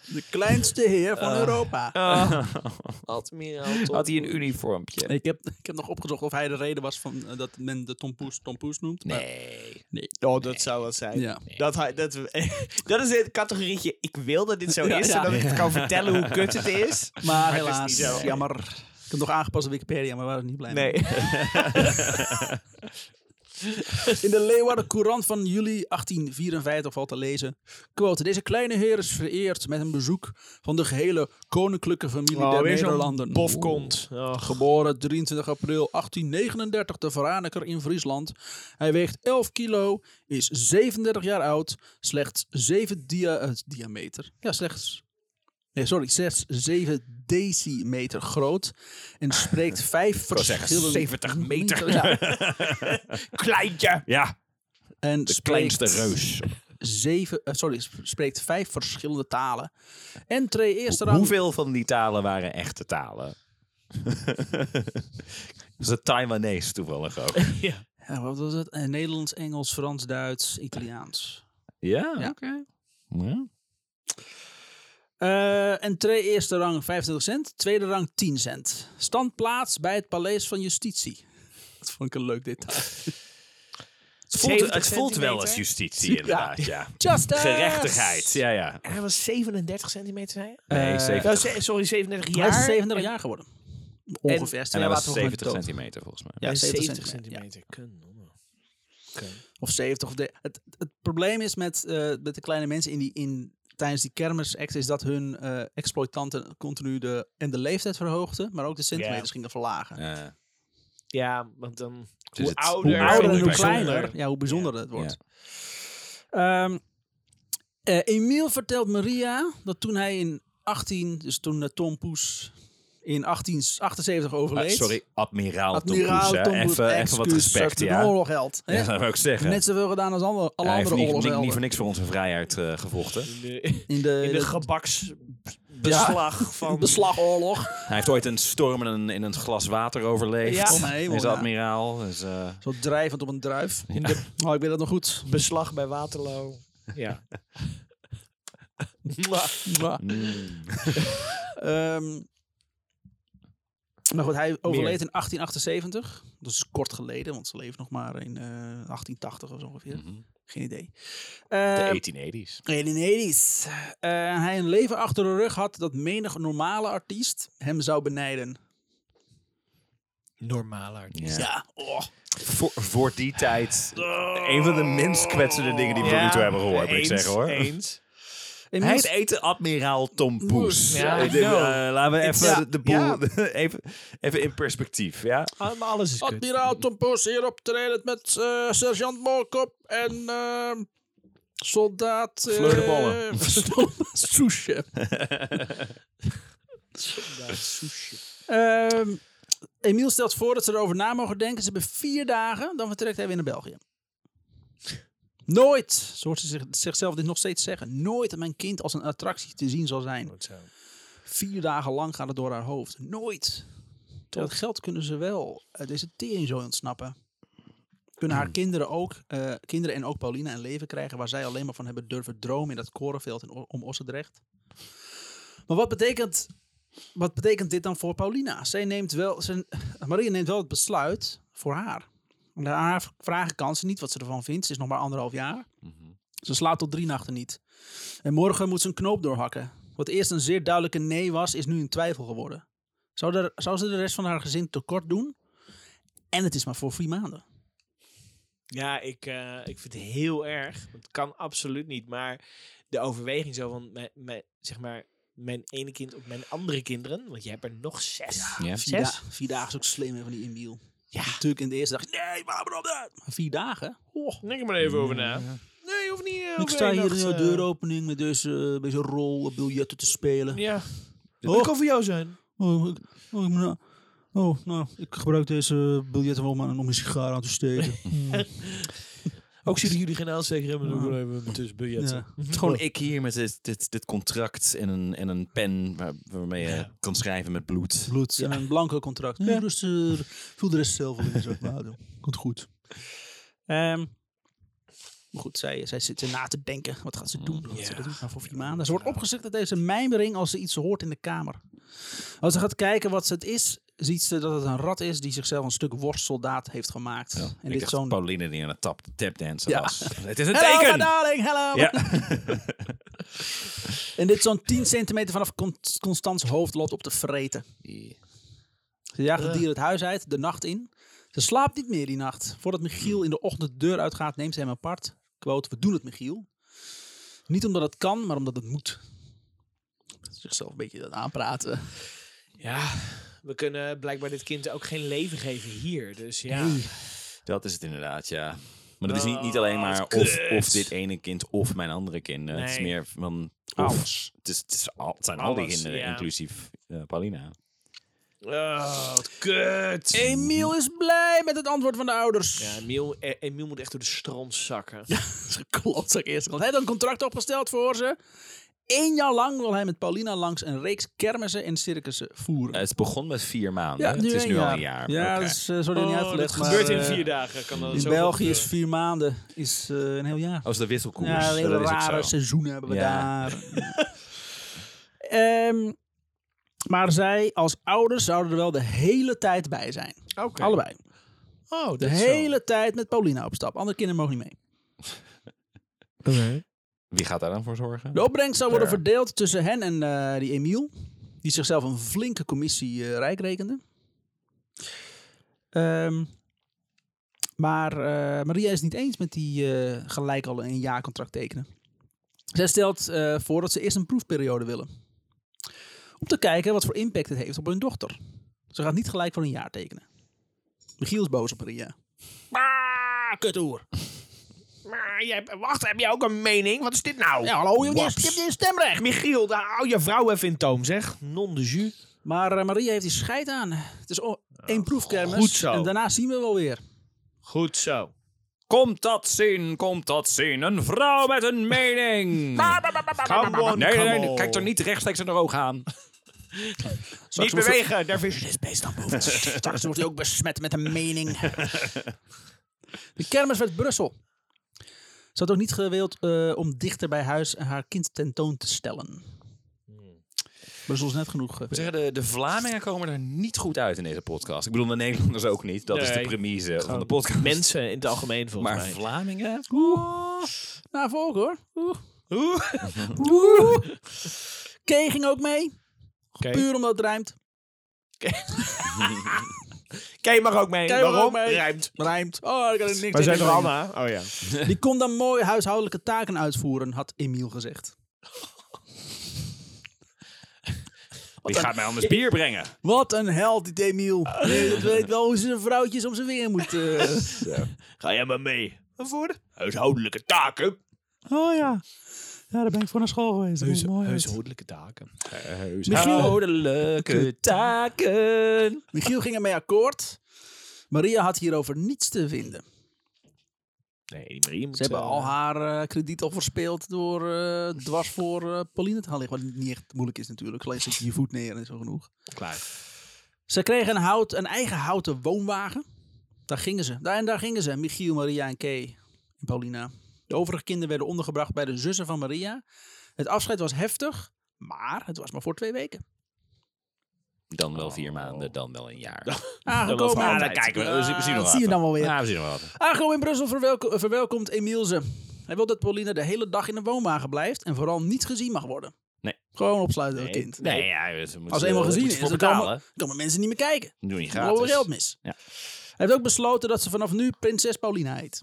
A: De kleinste heer
C: Eh,
A: van Europa.
C: Admiraal Tom
B: Ah. Had hij een uniformpje?
A: Ik heb, ik heb nog opgezocht of hij de reden was van, eh, dat men de Tom Poes Tom Poes noemt. maar-
B: Nee.
C: Oh, dat zou wat zijn.
A: Ja.
C: Dat, hij- dat, dat is het categorietje, ik wil dat dit zo
A: Ja,
C: is,
A: ja.
C: zodat ik het kan vertellen hoe kut het is.
A: Maar,
C: het is
A: helaas,
C: niet zo.
A: jammer. Ik heb nog aangepast op Wikipedia, maar we waren er niet blij mee.
C: Nee.
A: In de Leeuwarden Courant van juli 1854 valt te lezen. Quote, deze kleine heer is vereerd met een bezoek van de gehele koninklijke familie der Nederlanden.
C: bofkont. Oh,
A: Geboren 23 april 1839 te Veraneker in Friesland. Hij weegt 11 kilo, is 37 jaar oud, slechts 7 dia eh, diameter. Ja, slechts. Nee, sorry, slechts 7 decimeter groot. En spreekt vijf
B: zeggen,
A: verschillende.
B: 70 meter.
A: Ja,
C: Kleintje.
B: Ja,
A: en
B: de
A: spreekt
B: kleinste reus.
A: Zeven, eh, sorry, sp- spreekt vijf verschillende talen. En twee eerste rang.
B: Hoeveel van die talen waren echte talen? Was het Taiwanese toevallig ook?
A: Ja, wat was het? Eh, Nederlands, Engels, Frans, Duits, Italiaans.
B: Ja,
A: Ja.
B: oké. Ja.
A: Eh entree eerste rang 25 cent, tweede rang 10 cent. Standplaats bij het Paleis van Justitie. Dat vond ik een leuk detail.
B: Het voelt,
C: 70
B: het voelt wel als
C: centimeter?
B: justitie, inderdaad. Ja.
A: Justice!
B: Gerechtigheid, ja, ja.
C: Hij was 37 centimeter, zei je?
B: Nee,
A: Eh,
B: 70.
C: Nou, ze- sorry, 37
A: Hij
C: jaar.
A: is 70 jaar geworden. Ongeveer. twee
B: en hij
A: jaar
B: was
A: later gewoon
B: 70
A: dood.
B: centimeter volgens mij.
C: Ja,
A: Ja,
C: 70
A: 70
C: centimeter.
A: centimeter.
C: Kun,
A: Of 70. Of de, het, het probleem is met, eh, met de kleine mensen in die, in, tijdens die kermisact... is dat hun eh, exploitanten continu de, en de leeftijd verhoogden... maar ook de centimeters gingen verlagen.
B: Ja.
C: Ja, want dan...
B: Dus
C: hoe
B: het-
C: ouder,
A: hoe ouder en hoe
C: bijzonder.
A: kleiner, ja, hoe bijzonder het wordt. Ehm eh, Emiel vertelt Maria dat toen hij in 18, dus toen eh, Tom Poes in 1878
B: Ah,
A: overleed.
B: sorry, admiraal,
A: admiraal
B: Tom Poes.
A: Tom
B: hè.
A: Poes,
B: even, even wat
A: excuus,
B: respect,
A: heeft
B: ja.
A: een oorlogheld. hè?
B: Ja, dat wil ik zeggen.
A: Net zoveel gedaan als alle, alle
B: hij heeft
A: andere
B: niet, niet,
A: oorlogshelden.
B: niet voor niks voor onze vrijheid eh, gevochten.
C: In de,
A: in de,
C: in de
A: de-
C: gebaksbeslag van...
A: beslagoorlog.
B: Hij heeft ooit een storm in een, in een glas water overleefd.
C: Ja.
A: Oh, mijn hemel,
B: Hij is
A: ja.
B: admiraal. Dus, eh,
A: Zo drijvend op een druif. In de- Oh, ik weet dat nog goed.
C: Beslag bij Waterloo. Ja.
A: Mwah.
B: mm.
A: Ehm, maar goed, hij overleed in 1878. Dat is kort geleden, want ze leeft nog maar in eh, 1880 of zo ongeveer. Geen idee.
B: Hm. de
A: Ehm,
B: 1880s.
A: in de 80s. Eh, hij een leven achter de rug had dat menig normale artiest hem zou benijden.
C: Normaal artiest.
B: Ja.
A: Ja, oh.
B: Voor, voor die tijd
C: Oh.
B: een van de minst kwetsende dingen die we tot nu toe hebben gehoord, moet ik zeggen hoor.
C: Eens.
B: Hij
A: Inmiddels-
B: heet eten admiraal Tom Poes.
C: Ja,
B: Eh,
C: I
B: dit,
C: know.
B: eh, laten we even
C: ja,
B: de- de boel
C: ja.
B: even, even in perspectief. Ja?
C: Ah, maar alles is kut.
A: Admiraal Tom Poes hier optredend met eh, sergeant Molkop en ehm, soldaat... eh,
B: Fleur de Bollen.
A: soldaat Soesje. Ehm, Emiel stelt voor dat ze erover na mogen denken. Ze hebben vier dagen, dan vertrekt hij weer naar België. Nooit, zo hoort ze zich, zichzelf dit nog steeds zeggen, nooit dat mijn kind als een attractie te zien zal zijn.
C: Goed zo.
A: Vier dagen lang gaat het door haar hoofd. Nooit. Terwijl het geld kunnen ze wel uit deze tering zo ontsnappen. Kunnen haar kinderen, ook, eh, kinderen en ook Paulina een leven krijgen waar zij alleen maar van hebben durven dromen in dat korenveld in O- om Ossendrecht. Maar wat betekent, wat betekent dit dan voor Paulina? Zij neemt wel, ze, Maria neemt wel het besluit voor haar. En aan haar vragen kan ze niet wat ze ervan vindt. Ze is nog maar anderhalf jaar.
C: Mhm.
A: Ze slaapt tot drie nachten niet. En morgen moet ze een knoop doorhakken. Wat eerst een zeer duidelijke nee was, is nu een twijfel geworden. Zou, daar- zou ze de rest van haar gezin tekort doen? En het is maar voor vier maanden.
C: Ja, ik, eh, ik vind het heel erg. Het kan absoluut niet. Maar de overweging zo van mijn, mijn, zeg maar, mijn ene kind op mijn andere kinderen. Want je hebt er nog zes.
B: Ja.
A: Vier,
C: Zes?
A: da- vier dagen is ook slim hè, van die inwiel.
C: Ja.
A: Natuurlijk in de eerste dag, nee, maar waarom dat? Maar vier dagen? Oh.
C: Denk er maar even over na. Nee, hoeft niet. eh,
A: Ik
C: over
A: sta
C: één
A: hier in
C: nacht,
A: jouw
C: eh,
A: deuropening met deze, deze rol eh, biljetten te spelen.
C: Ja.
A: Oh.
C: Dat kan voor jou zijn.
A: Oh, ik, oh, ik ben, eh, oh, nou, ik gebruik deze biljetten wel om, aan- om een sigaar aan te steken.
C: Ook zien jullie geen aansteker hebben, dan doen we even tussen budgetten.
A: Ja.
B: Gewoon ik hier met dit, dit, dit contract en een, en een pen waar- waarmee je
C: Ja.
B: kan schrijven met bloed.
A: Bloed en een blanco contract. Ja. Rustig, voel de rest zelf wel in. Zo. Nou, doe. Komt goed. Ehm, maar goed, zij, zij zitten na te denken. Wat gaat ze doen? Wat gaat ze doen nou voor vier maanden? Ze wordt opgeschrikt uit deze mijmering als ze iets hoort in de kamer. Als ze gaat kijken wat het is, ziet ze dat het een rat is die zichzelf een stuk worstsoldaat heeft gemaakt.
B: En
A: en
B: ik
A: dit
B: dacht
A: zo'n...
B: Pauline die aan het tap, tapdansen
A: Ja.
B: was. Het is een
A: Hello, my
B: teken!
A: darling, hello!
B: Ja.
A: En dit zo'n 10 centimeter vanaf Const- Constans hoofd lot op te vreten. Ze jaagt het dier het huis uit, de nacht in. Ze slaapt niet meer die nacht. Voordat Michiel in de ochtend de deur uitgaat, neemt ze hem apart. Quote, we doen het Michiel. Niet omdat het kan, maar omdat het moet. Dat is Zichzelf een beetje dat aanpraten.
C: Ja, we kunnen blijkbaar dit kind ook geen leven geven hier. Dus ja.
B: Dat is het inderdaad, ja. Maar dat Ah, is niet, niet alleen maar of, of dit ene kind of mijn andere kind. Eh, Het is
C: Nee.
B: meer van...
A: Alles.
B: Het, is, het, is al, het zijn al die
C: Alles,
B: kinderen,
C: ja.
B: inclusief eh, Paulina.
C: Oh, wat kut.
A: Emiel is blij met het antwoord van de ouders.
C: Ja, Emiel, E- Emiel moet echt door de strand zakken.
A: Klopt, zeg eerst. Want hij had een contract opgesteld voor ze. Eén jaar lang wil hij met Paulina langs een reeks kermissen en circussen voeren.
B: Eh, het begon met vier maanden. het is
A: een
B: nu al een jaar. dus-
A: Ja,
B: Oké.
A: dat is eh, zo niet
C: Oh,
A: uitgelegd.
C: dat gebeurt
A: maar,
C: in
A: eh,
C: vier dagen. Kan dat
A: In
C: zo eh.
A: België is
C: gebeuren.
A: vier maanden is, eh, een heel jaar.
B: Als de Oh, wisselkoers.
A: Ja, een hele
B: dat is ook
A: rare
B: zo.
A: seizoen hebben we
B: Ja.
A: daar. Ehm, maar zij als ouders zouden er wel de hele tijd bij zijn.
C: Oké.
A: Allebei.
C: Oh,
A: De hele tijd met Paulina op stap. Andere kinderen mogen niet mee.
B: Wie gaat daar dan voor zorgen?
A: De opbrengst zou worden
B: Fair.
A: verdeeld tussen hen en eh, die Emiel. Die zichzelf een flinke commissie eh, rijk rekende. Ehm, maar eh, Maria is het niet eens met die eh, gelijk al een jaarcontract tekenen. Zij stelt eh, voor dat ze eerst een proefperiode willen. Om te kijken wat voor impact het heeft op hun dochter. Ze gaat niet gelijk voor een jaar tekenen. Michiel is boos op Maria. Ah, kutoer.
C: Maar jij, wacht, heb jij ook een mening? Wat is dit nou?
A: Ja, hallo, je hebt niet-
C: Waps.
A: je hebt niet stemrecht.
C: Michiel, daar hou je vrouw even in toom, zeg. Non de jus.
A: Maar eh, Maria heeft die scheid aan. Het is o- één proefkermis.
C: goed zo.
A: En daarna zien we wel weer.
C: Goed zo.
B: Komt dat zien, komt dat zien. Een vrouw met een mening.
C: Come on,
B: nee,
C: come
B: nee, nee,
C: on.
B: kijk er niet rechtstreeks in de oog aan.
A: Straks
C: niet
A: wordt
C: bewegen, daar vis je
A: hij- Straks wordt hij ook besmet met een mening. De kermis werd Brussel. Ze had ook niet gewild eh, om dichter bij huis haar kind tentoon te stellen. Brussel is net genoeg. eh,
B: Ik moet zeggen, de, de Vlamingen komen er niet goed uit in deze podcast. Ik bedoel, de Nederlanders ook niet. Dat is de
C: Nee.
B: premise van de podcast.
C: Mensen in het algemeen, volgens
B: maar
C: mij.
B: Vlamingen?
A: Nou, volg hoor. Oeh.
C: Oeh.
A: Oeh. Kay ging ook mee.
C: Oké,
A: Puur omdat het rijmt.
C: Kay mag ook mee.
A: Kay mag
C: Waarom?
A: ook mee.
C: Rijmt.
A: Rijmt. Oh, ik kan er niks
C: Maar
A: aan
C: zijn er
A: doen.
C: Anna? Oh ja.
A: Die kon dan mooi huishoudelijke taken uitvoeren, had Emiel gezegd.
B: Wie gaat mij anders bier brengen?
A: Wat een held, die Emiel. Je weet wel hoe ze zijn vrouwtjes om zijn weer moet. eh.
C: Ga jij maar mee? Waarvoor? Huishoudelijke taken.
A: Oh ja. Ja, daar ben ik voor naar school geweest. Dat vond ik mooi.
C: huishoudelijke taken.
B: Huishoudelijke taken.
A: Michiel ging ermee akkoord. Maria had hierover niets te vinden.
C: Nee, die Marie moet...
A: Ze hebben
C: eh,
A: al haar eh, krediet al verspeeld door eh, dwars voor eh, Pauline te gaan liggen. Wat niet echt moeilijk is natuurlijk. Alleen zet je je voet neer en zo genoeg.
C: Klaar.
A: Ze kregen een, hout, een eigen houten woonwagen. Daar gingen ze. Daar en daar gingen ze. Michiel, Maria en Kay en Paulina. De overige kinderen werden ondergebracht bij de zussen van Maria. Het afscheid was heftig, maar het was maar voor twee weken.
B: Dan wel vier maanden, dan wel een jaar.
A: Aangekomen.
C: voor
A: in-
C: altijd.
B: kijken we. We zien- we zien nog
A: Ah,
B: wel
A: zie je
B: even.
A: dan wel weer.
B: Ja, we zien nog wel. wat.
A: Aangekomen in Brussel verwelko- verwelkomt Emiel ze. Hij wil dat Paulina de hele dag in een woonwagen blijft en vooral niet gezien mag worden.
B: Nee.
A: Gewoon opsluiten door het kind.
B: Nee, eh, ja, ze moeten-
A: Als eenmaal
B: ze
A: gezien
B: moeten
A: is,
B: voor
A: dan komen,
B: betalen.
A: komen mensen niet meer kijken.
B: Doe niet
A: Dan lopen we
B: gratis.
A: geld mis.
B: Ja.
A: Hij heeft ook besloten dat ze vanaf nu prinses Paulina heet.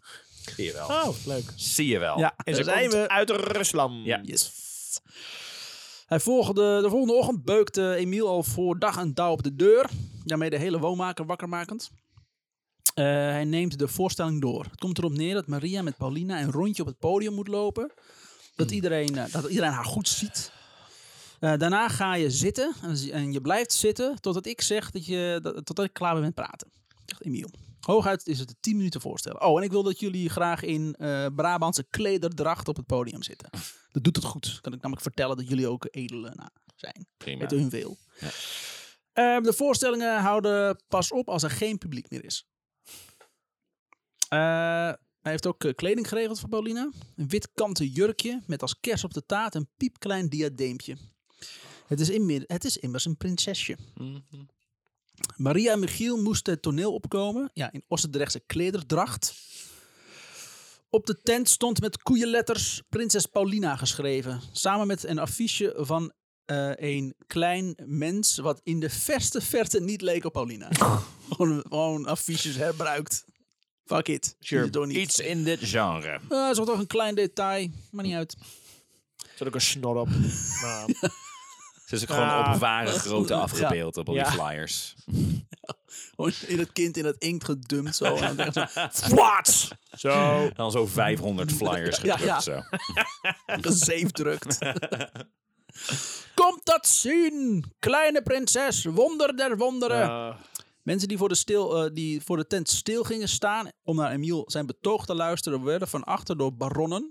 B: Zie je wel.
C: Oh, leuk.
B: Zie je wel.
A: Ja,
C: En
A: daar
C: ze
A: zijn
C: komt
A: we.
C: uit Rusland.
B: Ja.
A: Yes. Hij volgde, de volgende ochtend beukte Emiel al voor dag en dauw op de deur. Daarmee de hele woonmaker wakkermakend. Eh, hij neemt de voorstelling door. Het komt erop neer dat Maria met Paulina een rondje op het podium moet lopen. Dat iedereen, eh, dat iedereen haar goed ziet. Eh, daarna ga je zitten en zi- en je blijft zitten totdat ik zeg dat je, dat, totdat ik klaar ben met praten. Zegt Emiel. Hooguit is het 10 minuten voorstellen. Oh, en ik wil dat jullie graag in eh, Brabantse klederdracht op het podium zitten. Dat doet het goed. Kan ik namelijk vertellen dat jullie ook edelen nou, zijn.
B: Prima.
A: Met hun veel. Ehm, de voorstellingen houden pas op als er geen publiek meer is. Eh, hij heeft ook eh, kleding geregeld voor Paulina. Een wit kanten jurkje met als kers op de taart een piepklein diadeempje. Het is, inmi- het is immers een prinsesje. Maria en Michiel moesten het toneel opkomen. Ja, in Ossendrechtse klederdracht. Op de tent stond met koeienletters Prinses Paulina geschreven. Samen met een affiche van eh, een klein mens wat in de verste verte niet leek op Paulina. gewoon, gewoon affiches herbruikt. Fuck it. Doe het toch niet.
B: Iets in dit genre.
A: Ah, dat is wel toch een klein detail. Maar niet uit.
C: Zat ook een snor op. Nou,
B: Ze is ook gewoon
C: Ah.
B: op ware grootte afgebeeld op al die
C: Ja.
B: flyers.
A: Gewoon in het kind in het inkt gedumpt. Zo. En dan echt zo, Wat?
C: Zo.
B: En dan zo 500 flyers
A: Ja,
B: gedrukt.
A: ja.
B: Zo.
A: gezeefdrukt. Komt dat zien, kleine prinses, wonder der wonderen.
C: Eh,
A: Mensen die voor, de stil, eh, die voor de tent stil gingen staan om naar Emiel zijn betoog te luisteren, werden van achter door baronnen.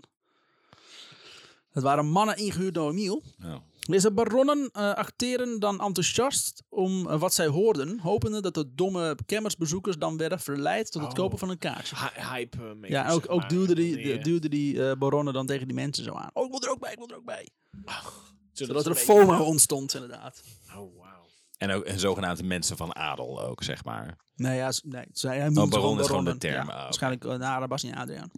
A: Het waren mannen ingehuurd door Emiel.
B: Oh.
A: Deze baronnen eh, acteren dan enthousiast om eh, wat zij hoorden, hopende dat de domme kemmersbezoekers dan werden verleid tot het kopen van een kaartje.
C: hy- hype. eh, makers,
A: Ja, ook,
C: zeg
A: ook
C: maar.
A: duwde die,
C: Die, eh,
A: duwde die eh, baronnen dan tegen die mensen zo aan. Oh, ik wil er ook bij, ik wil er ook bij.
C: zullen
A: Dat er
C: dat
A: een
C: een beetje-
A: FOMO ontstond, inderdaad.
C: Oh, wauw.
B: En ook en zogenaamde mensen van adel ook, zeg maar.
A: Nee, ja, z- nee zij, hij noemt ze
B: Oh, baron is gewoon
A: baronnen.
B: de term,
A: Ja,
B: ah, oké.
A: Waarschijnlijk uh, naar Bas en Adriaan.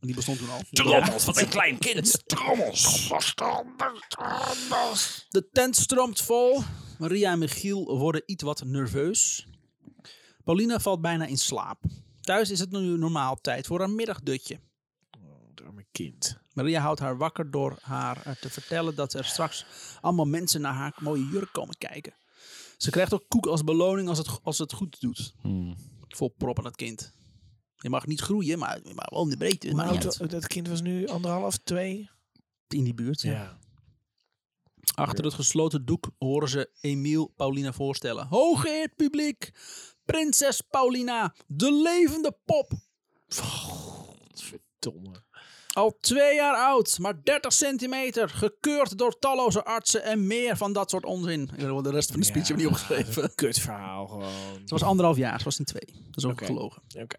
A: Die bestond toen al.
B: Trommels, wat een klein kind. Trommels.
A: De tent stroomt vol. Maria en Michiel worden iets wat nerveus. Paulina valt bijna in slaap. Thuis is het nu normaal tijd voor een middagdutje.
C: Arme kind.
A: Maria houdt haar wakker door haar eh, te vertellen dat er straks allemaal mensen naar haar mooie jurk komen kijken. Ze krijgt ook koek als beloning als het, als het goed doet.
B: Hmm.
A: Vol proppen dat kind. Je mag niet groeien, maar, maar wel in de breedte.
C: Maar
A: Maar niet uit.
C: dat kind was nu anderhalf, twee.
A: in die buurt. ja. Achter het gesloten doek horen ze Emiel Paulina voorstellen. Hooggeëerd publiek, prinses Paulina, de levende pop.
C: Verdomme.
A: Al twee jaar oud, maar 30 centimeter, gekeurd door talloze artsen en meer van dat soort onzin. Ik heb de rest van de speech
C: Ja,
A: heb ik niet opgeschreven.
C: Kut verhaal gewoon.
A: Ze was anderhalf jaar, ze was niet twee. Dat is ook
C: Oké.
A: gelogen.
C: Oké.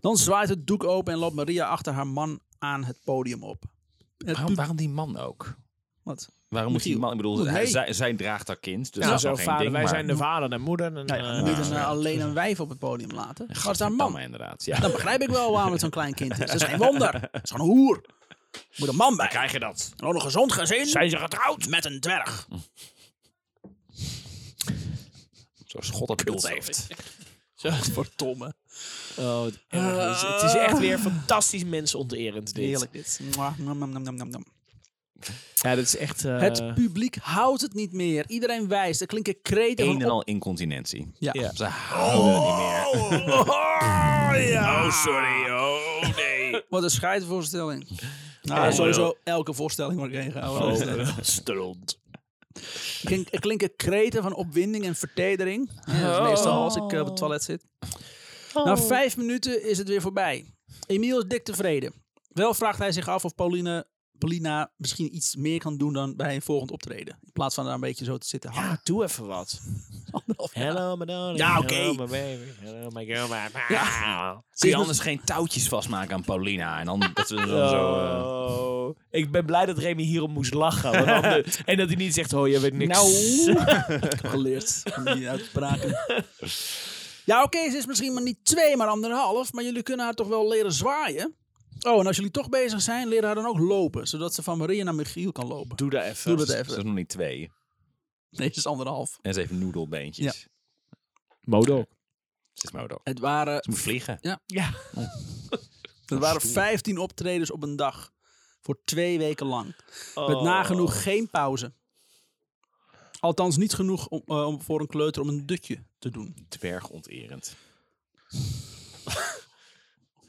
A: Dan zwaait het doek open en loopt Maria achter haar man aan het podium op. Het
B: Waarom,
A: pub-
B: waarom die man ook?
A: Wat?
B: Waarom moet die
A: Michiel.
B: man? Ik bedoel,
A: Moet
B: hij,
A: hij?
B: zij, zij draagt haar kind. Dus
C: Ja,
B: dat is
C: zo
B: nog geen
C: vader.
B: ding,
C: wij
B: maar-
C: zijn de vader en moeder. En,
A: Nou ja,
C: eh,
A: niet een, eh, alleen een wijf op het podium laten. Maar is haar man.
B: Gadverdamme, inderdaad. Ja.
A: Dan begrijp ik wel waarom het zo'n klein kind is. Dat is geen wonder. Dat is gewoon een hoer. Er Moet een man bij.
C: krijg je dat?
A: En ook een gezond gezin.
C: Zijn ze getrouwd?
A: Met een dwerg.
B: Zoals God dat beeld heeft.
A: Voor Tomme.
C: Oh, wat erg is het. Het is echt weer fantastisch mensonterend dit.
A: Heerlijk dit. Mwah, nom, nom, nom, nom, nom, nom.
C: Ja, dat is echt... eh,
A: Het publiek houdt het niet meer. Iedereen wijst. Er klinken kreten
B: Een en
A: van op-
B: al incontinentie.
A: Ja.
C: Ja.
B: Ze houden het niet meer.
A: oh,
B: Ah.
D: Oh, sorry. Oh, nee.
A: Wat een scheidvoorstelling. Nou, sowieso elke voorstelling waar ik Dus, eh, heen ga. hoor.
C: Oh, eh, Stront.
A: Er klink- Er klinken kreten van opwinding en vertedering. Ja, dat
C: Oh.
A: is meestal als ik eh, op het toilet zit. Na vijf minuten is het weer voorbij. Emiel is dik tevreden. Wel vraagt hij zich af of Pauline, Paulina misschien iets meer kan doen dan bij een volgend optreden. In plaats van daar een beetje zo te zitten hangen.
C: Ja, doe even wat.
A: Anderhalf jaar.
C: Hello, my darling.
A: Ja, oké.
C: Hello, my baby. Hello, my girl. my- Ah.
B: Kun je anders geen touwtjes vastmaken aan Paulina? En dan dat ze dan zo... eh,
C: Oh. Ik ben blij dat Remy hierom moest lachen. want anders- en dat hij niet zegt, oh, je weet niks. Nou.
A: Ik heb geleerd om die uit te praten. Ja, oké, ze is misschien maar niet twee, maar anderhalf. Maar jullie kunnen haar toch wel leren zwaaien? Oh, en als jullie toch bezig zijn, leer haar dan ook lopen. Zodat ze van Maria naar Michiel kan lopen.
C: Doe dat even.
A: Doe dat
B: Ze
A: even.
B: is nog niet twee.
A: Nee, ze is anderhalf.
B: En ze heeft noedelbeentjes.
A: Ja.
C: Modo.
B: Zit maar dan.
A: Het waren,
B: Ze moet vliegen.
C: Ja.
A: het waren 15 optredens op een dag. Voor twee weken lang.
C: Oh.
A: Met nagenoeg geen pauze. Althans, niet genoeg om, eh, om voor een kleuter om een dutje te doen.
B: Dwergonterend.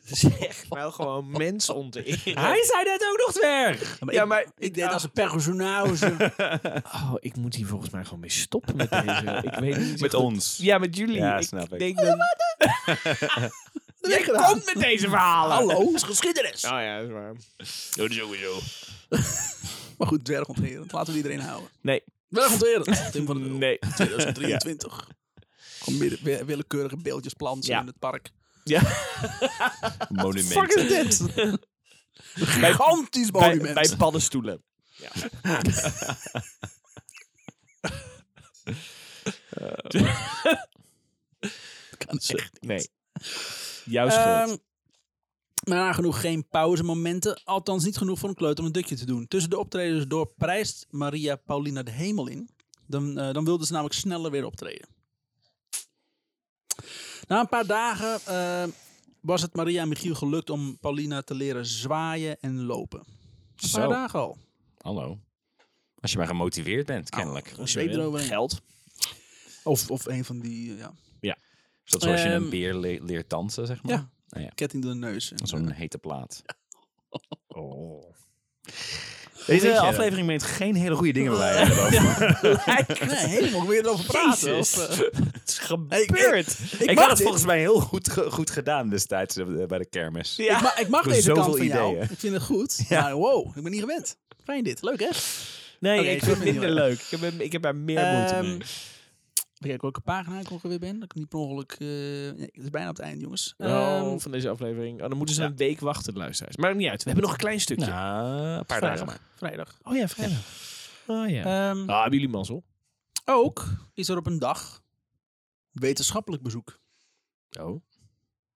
C: Zeg wel gewoon mens
B: Hij zei dat ook nog dwerg!
A: Ja, maar
C: Ja,
A: ik,
C: maar-
A: ik deed als een personage.
C: Oh, ik moet hier volgens mij gewoon mee stoppen met deze. Ik weet niet.
B: Met ons.
C: Ja, met jullie.
B: Ja,
C: ik
B: snap ik.
C: denk dat... Jij komt met deze verhalen.
A: Hallo, het is geschiedenis.
C: Oh ja, dat is waar.
B: Dat sowieso.
A: Maar goed, dwergonterend. Laten we iedereen houden.
C: Nee.
A: Dwergonterend. Tim van derUl.
C: Nee.
A: 2023. Gewoon midden- we- willekeurige beeldjes planten
C: Ja.
A: in het park.
B: Monument.
A: dit? Gigantisch monument.
C: Bij paddenstoelen.
A: Kan echt.
C: Nee. Jouw
A: Ehm, maar nagenoeg geen pauzemomenten. Althans niet genoeg voor een kleuter om een dutje te doen. Tussen de optredens door prijst Maria Paulina de hemel in. Dan, eh, dan wilde ze namelijk sneller weer optreden. Na een paar dagen eh, was het Maria en Michiel gelukt om Paulina te leren zwaaien en lopen. Een paar
B: Zo.
A: dagen al.
B: Hallo. Als je maar gemotiveerd bent, kennelijk.
A: Een zweep eroverheen.
C: Geld.
A: Of, of een van die, eh, ja.
B: Is dat zoals je
A: Ehm,
B: een beer le- leert dansen, zeg maar?
A: Ja.
B: Nou ja.
A: Ketting door de neus. En
B: Zo'n hete plaat.
C: Oh.
B: Deze aflevering meent geen hele goede dingen bij. Adam.
A: Nee, helemaal weer erover praten.
C: Jezus.
A: Of, eh,
C: Het is
A: ik-
C: gebeurd.
A: ik,
B: Ik
A: mag
B: had het
A: dit.
B: volgens mij heel goed, ge- goed gedaan destijds eh, bij de kermis.
C: Ja.
A: ik, ma- ik mag
B: Met
A: deze kant
B: zoveel
A: van jou.
B: ideeën.
A: Ik vind het goed. Maar wow, ik ben niet gewend. Fijn dit. Leuk hè?
C: Nee,
A: Oké,
C: ik
A: ik
C: vind
A: vind
C: het
A: het
C: minder
A: niet
C: leuk. Ik heb, hem- ik heb daar meer moeite mee.
A: Ehm, Kijk, welke pagina ik ongeveer ben. Dat ik niet per ongeluk... eh, nee, het is bijna op het eind, jongens.
C: Oh,
A: Ehm,
C: van deze aflevering. Oh, dan moeten ze een week wachten, luisteraars. Maar niet uit. We hebben nog een klein stukje.
B: Nou, een paar
A: vrijdag.
B: dagen maar.
A: Vrijdag.
C: Oh ja, vrijdag. Oh ja.
A: Ehm,
C: Ah, hebben jullie mazzel?
A: Ook is er op een dag wetenschappelijk bezoek.
B: Oh.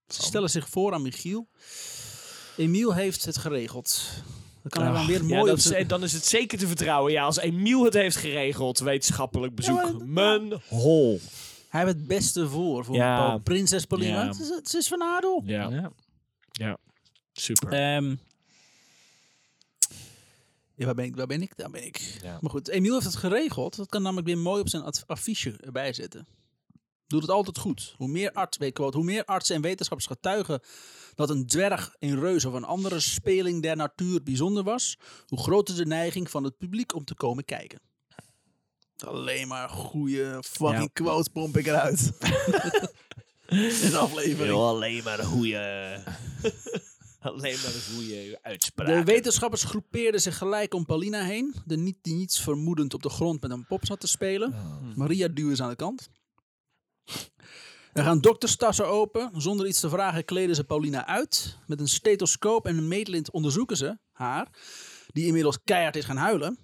A: Ze stellen zich voor aan Michiel. Emiel heeft het geregeld. Dan kan hij
C: Ah,
A: dan weer mooi
C: ja,
A: op
C: dat
A: zijn-
C: is, dan is het zeker te vertrouwen. Ja, als Emiel het heeft geregeld, wetenschappelijk bezoek.
A: Ja, maar-
C: Mijn hol.
A: Hij heeft het beste voor. Voor
C: Ja.
A: Paul- prinses Paulina.
C: Ja.
A: Het is- Het is van Adel.
C: Ja,
B: Ja.
C: super.
A: Ehm, ja, waar ben ik? Waar ben ik? Daar ben ik.
C: Ja.
A: Maar goed, Emiel heeft het geregeld. Dat kan namelijk weer mooi op zijn adv- affiche erbij zetten. Doet het altijd goed. Hoe meer, arts, weet ik wat, hoe meer artsen en wetenschappers getuigen dat een dwerg, een reus of een andere speling der natuur bijzonder was, hoe groter de neiging van het publiek om te komen kijken. Alleen maar goede fucking
C: Ja.
A: quotes pomp ik eruit. In de aflevering.
C: alleen maar een goede. alleen maar een goede uitspraak.
A: De wetenschappers groepeerden zich gelijk om Paulina heen, de niet, die niets vermoedend op de grond met een pop zat te spelen. Maria duwen ze aan de kant. Er gaan dokterstassen open. Zonder iets te vragen kleden ze Paulina uit. Met een stethoscoop en een meetlint onderzoeken ze haar, die inmiddels keihard is gaan huilen.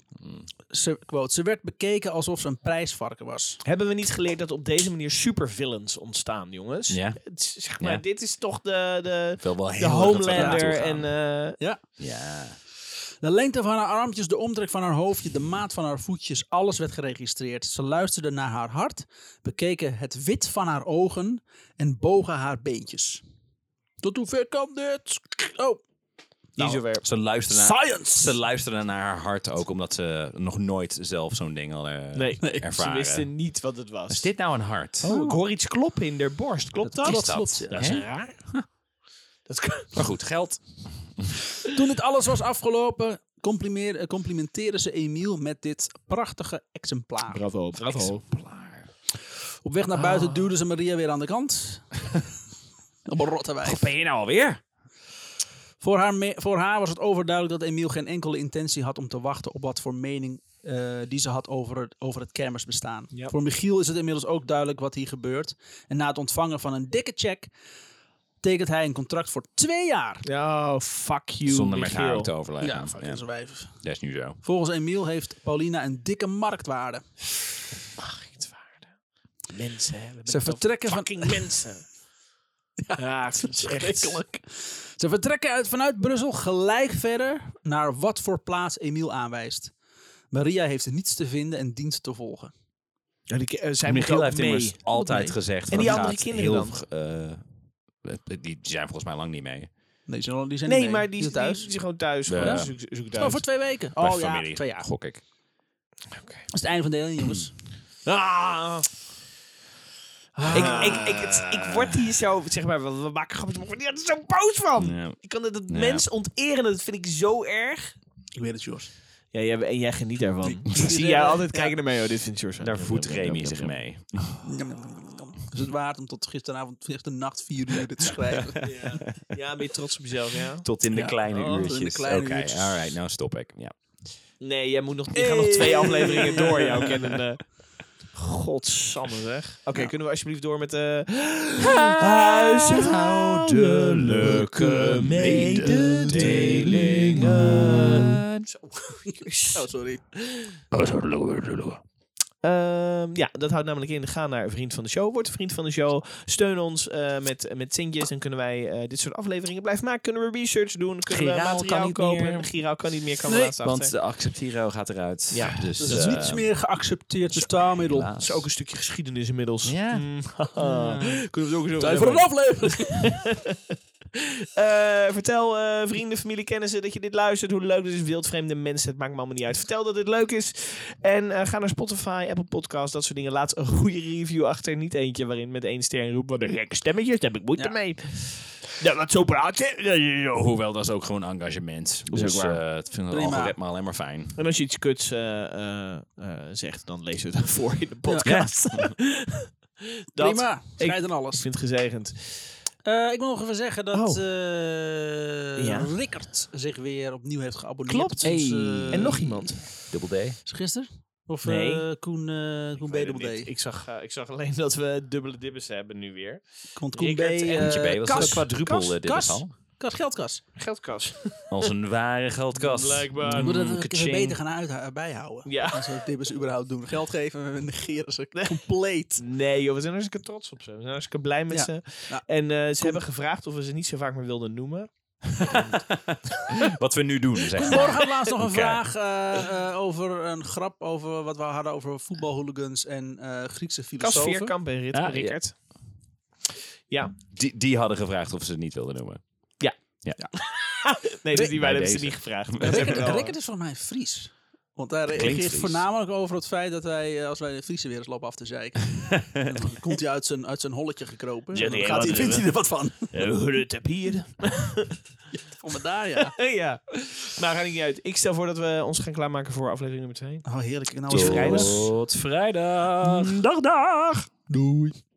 A: Ze, quote, ze werd bekeken alsof ze een prijsvarken was.
C: Hebben we niet geleerd dat op deze manier supervillains ontstaan, jongens?
B: Ja.
C: Het is- zeg maar,
B: Ja.
C: dit is toch de, de,
B: Wel wel
C: de
B: heel erg dat we daarnaartoe
C: Homelander en...
B: gaan.
C: eh,
A: Ja.
B: Ja.
A: De lengte van haar armpjes, de omtrek van haar hoofdje, de maat van haar voetjes, alles werd geregistreerd. Ze luisterden naar haar hart, bekeken het wit van haar ogen en bogen haar beentjes. Tot hoever kan dit? Oh,
C: niet zo ver.
B: Ze luisteren naar... Ze
A: science!
B: luisteren naar haar hart ook, omdat ze nog nooit zelf zo'n ding al eh,
C: Nee, ze
B: ervaren.
C: wisten niet wat het was.
B: Is dit nou een hart?
C: Oh, ik hoor iets kloppen in de borst. Klopt dat?
A: Dat
B: is dat.
A: klopt, ja.
C: Dat is
B: Hè?
C: raar. Dat kan-
B: Maar goed, geld.
A: Toen dit alles was afgelopen, complimeer- eh, complimenteerden ze Emiel met dit prachtige exemplaar.
C: Bravo,
B: Exemplaar.
A: Op weg naar buiten duwden ze Maria weer aan de kant. Op een rotte wijf.
B: Ben je nou alweer?
A: Voor haar, me- voor haar was het overduidelijk dat Emiel geen enkele intentie had om te wachten op wat voor mening eh, die ze had over het, over het kermisbestaan.
C: Ja.
A: Voor Michiel is het inmiddels ook duidelijk wat hier gebeurt. En na het ontvangen van een dikke check tekent hij een contract voor twee jaar.
C: Oh, fuck you,
B: Zonder met haar
C: Michiel.
B: te overleggen.
A: Ja, fuck is een wijf.
B: Dat is nu zo.
A: Volgens Emiel heeft Paulina een dikke marktwaarde.
C: Marktwaarde. Mensen, hè. We hebben
A: Ze
C: het
A: vertrekken
C: over
A: van
C: fucking mensen. Ja, ik vind het echt...
A: Verschrikkelijk. Ze vertrekken uit, vanuit Brussel gelijk verder naar wat voor plaats Emiel aanwijst. Maria heeft niets te vinden en dient te volgen.
C: Ja, die, eh, zij moeten
B: Michiel
C: ook
B: heeft
C: mee.
B: immers altijd
C: mee.
B: gezegd...
C: En
B: dat
C: die
B: gaat
C: andere kinderen
B: heel,
C: dan?
B: v- eh, die- die zijn volgens mij lang niet mee.
A: Nee, die zijn, die zijn niet
C: Nee,
A: mee.
C: maar die,
A: zijn thuis.
C: Die, is gewoon thuis.
B: Ja.
C: Gewoon zoek, zoek thuis.
A: Oh, voor twee weken.
B: Bij
A: oh ja,
B: familie,
A: twee jaar. Dat
B: gok ik.
A: is het einde van de hele jongens.
C: Ah. Ik, ik, ik, het- ik word hier zo, zeg maar, we, we maken grapjes, maar ik word hier zo boos van.
B: Ja.
C: Ik kan het, het
B: Ja.
C: mens onteren, dat vind ik zo erg.
A: Ik weet het, Jos.
C: Ja, jij, en jij geniet daarvan. Zie
A: jij altijd
C: kijken naar mij, oh, dit vindt George.
B: Daar voedt Remy zich mee.
A: Is het waard om tot gisteravond, gisternacht, vier uur dit te schrijven?
C: Ja. ja, ben je trots op jezelf, ja?
B: Tot in de
A: Ja.
B: kleine
A: Oh, tot in de
B: uurtjes. Oké,
A: kleine uurtjes.
B: alright, nou stop ik. Ja.
C: Nee, jij moet nog, ik ga nog twee afleveringen door jou kennen. eh. Godsamme zeg. Oké, kunnen we alsjeblieft door met... eh
B: Huishoudelijke mededelingen.
C: Zo.
A: oh, sorry.
C: Ehm, ja, dat houdt namelijk in. Ga naar Vriend van de Show. Word een Vriend van de Show. Steun ons eh, met, met centjes. Dan kunnen wij eh, dit soort afleveringen blijven maken. Kunnen we research doen. Kunnen we
B: Giraal
C: materiaal
B: kan niet
C: kopen.
B: meer.
C: Giraal kan niet meer. Kan
A: Nee,
C: nee, laatst
B: Want
C: achter.
B: de acceptiro gaat eruit.
C: Ja.
B: dus
A: Dat is
B: eh,
A: niets meer geaccepteerd betaalmiddel.
B: helaas.
C: Dat is ook een stukje geschiedenis inmiddels.
B: Ja.
C: Mm, haha. Kunnen we het ook eens over
A: Tijd voor een
C: hebben?
A: aflevering.
C: Eh, vertel eh, vrienden, familie, kennissen dat je dit luistert. Hoe leuk dit is. Wildvreemde mensen. Het maakt me allemaal niet uit. Vertel dat dit leuk is. En eh, ga naar Spotify, Apple Podcasts, dat soort dingen. Laat een goede review achter. Niet eentje waarin met één ster roept. Wat een gekke stemmetjes. Daar heb ik moeite
A: Ja.
C: mee. Ja, wat zo praat je.
B: Hoewel, dat is ook gewoon engagement.
C: is
B: Dus
C: ook waar.
B: eh het vindt het
A: Prima.
B: algoritme alleen maar fijn.
C: En als je iets kuts eh, eh, eh, zegt, dan lezen we het voor in de podcast. dat,
A: Prima. Schijt aan
C: Ik
A: alles.
C: vind het gezegend.
A: Eh, ik wil nog even zeggen dat
C: Oh.
A: eh,
C: Ja.
A: Rickert zich weer opnieuw heeft geabonneerd.
C: Klopt.
A: op ons,
B: Hey.
A: eh,
C: En nog iemand.
B: Double D.
A: Is het gisteren? Of
C: Nee.
A: eh, Koen, eh Koen B.
C: Ik weet het
A: Double
C: niet.
A: D.
C: Ik zag, eh, ik zag alleen dat we dubbele dibbes hebben nu weer.
A: Want Koen B.
C: Rickert en
A: eh,
B: Eentje B was
A: kas,
B: de quadruple
A: kas,
B: eh, dit
A: kas,
B: is al.
A: Kas, geldkas.
C: Geldkas.
B: Als een ware geldkast.
C: Blijkbaar.
A: We moeten dat ook even
B: ka-ching.
A: beter gaan uit, eh, bijhouden.
C: Ja.
A: Als we tips überhaupt doen. Geld geven, we negeren ze compleet.
C: Nee joh, we zijn hartstikke trots op ze. We zijn hartstikke blij met
A: Ja.
C: ze.
A: Ja.
C: En eh, ze hebben gevraagd of we ze niet zo vaak meer wilden noemen.
B: Wat we nu doen, zeg maar.
A: Morgen had laatst nog een
B: Oké.
A: vraag eh, eh, over een grap over wat we hadden over voetbalhooligans en eh, Griekse
C: Kas
A: filosofen.
C: Veerkamp en Rit
B: Ah, ja.
C: Rickert. Ja.
B: Die, die hadden gevraagd of ze het niet wilden noemen.
C: Nee, dus die wij
B: Bij
C: hebben ze
B: deze.
C: niet gevraagd.
B: Rickert-
C: Ze hebben wel- eh,
A: Rickert, Rickert is volgens mij Fries. Want hij
B: Klinkt
A: reageert
B: Fries.
A: voornamelijk over het feit dat hij, eh, als wij de Friese weer eens lopen af te zeiken, dan komt hij uit zijn, uit zijn holletje gekropen.
C: Ja,
A: en dan
C: nee,
A: gaat
C: wat
A: hij, vindt hij er wat van.
C: Eh, Rut heb hier.
A: Om het daar, ja.
C: ja. Maar gaat niet uit. Ik stel voor dat we ons gaan klaarmaken voor aflevering nummer 2.
A: Oh, heerlijk. Nou,
C: is
A: is
C: vrijdag.
B: Tot vrijdag. Dag, dag. Doei.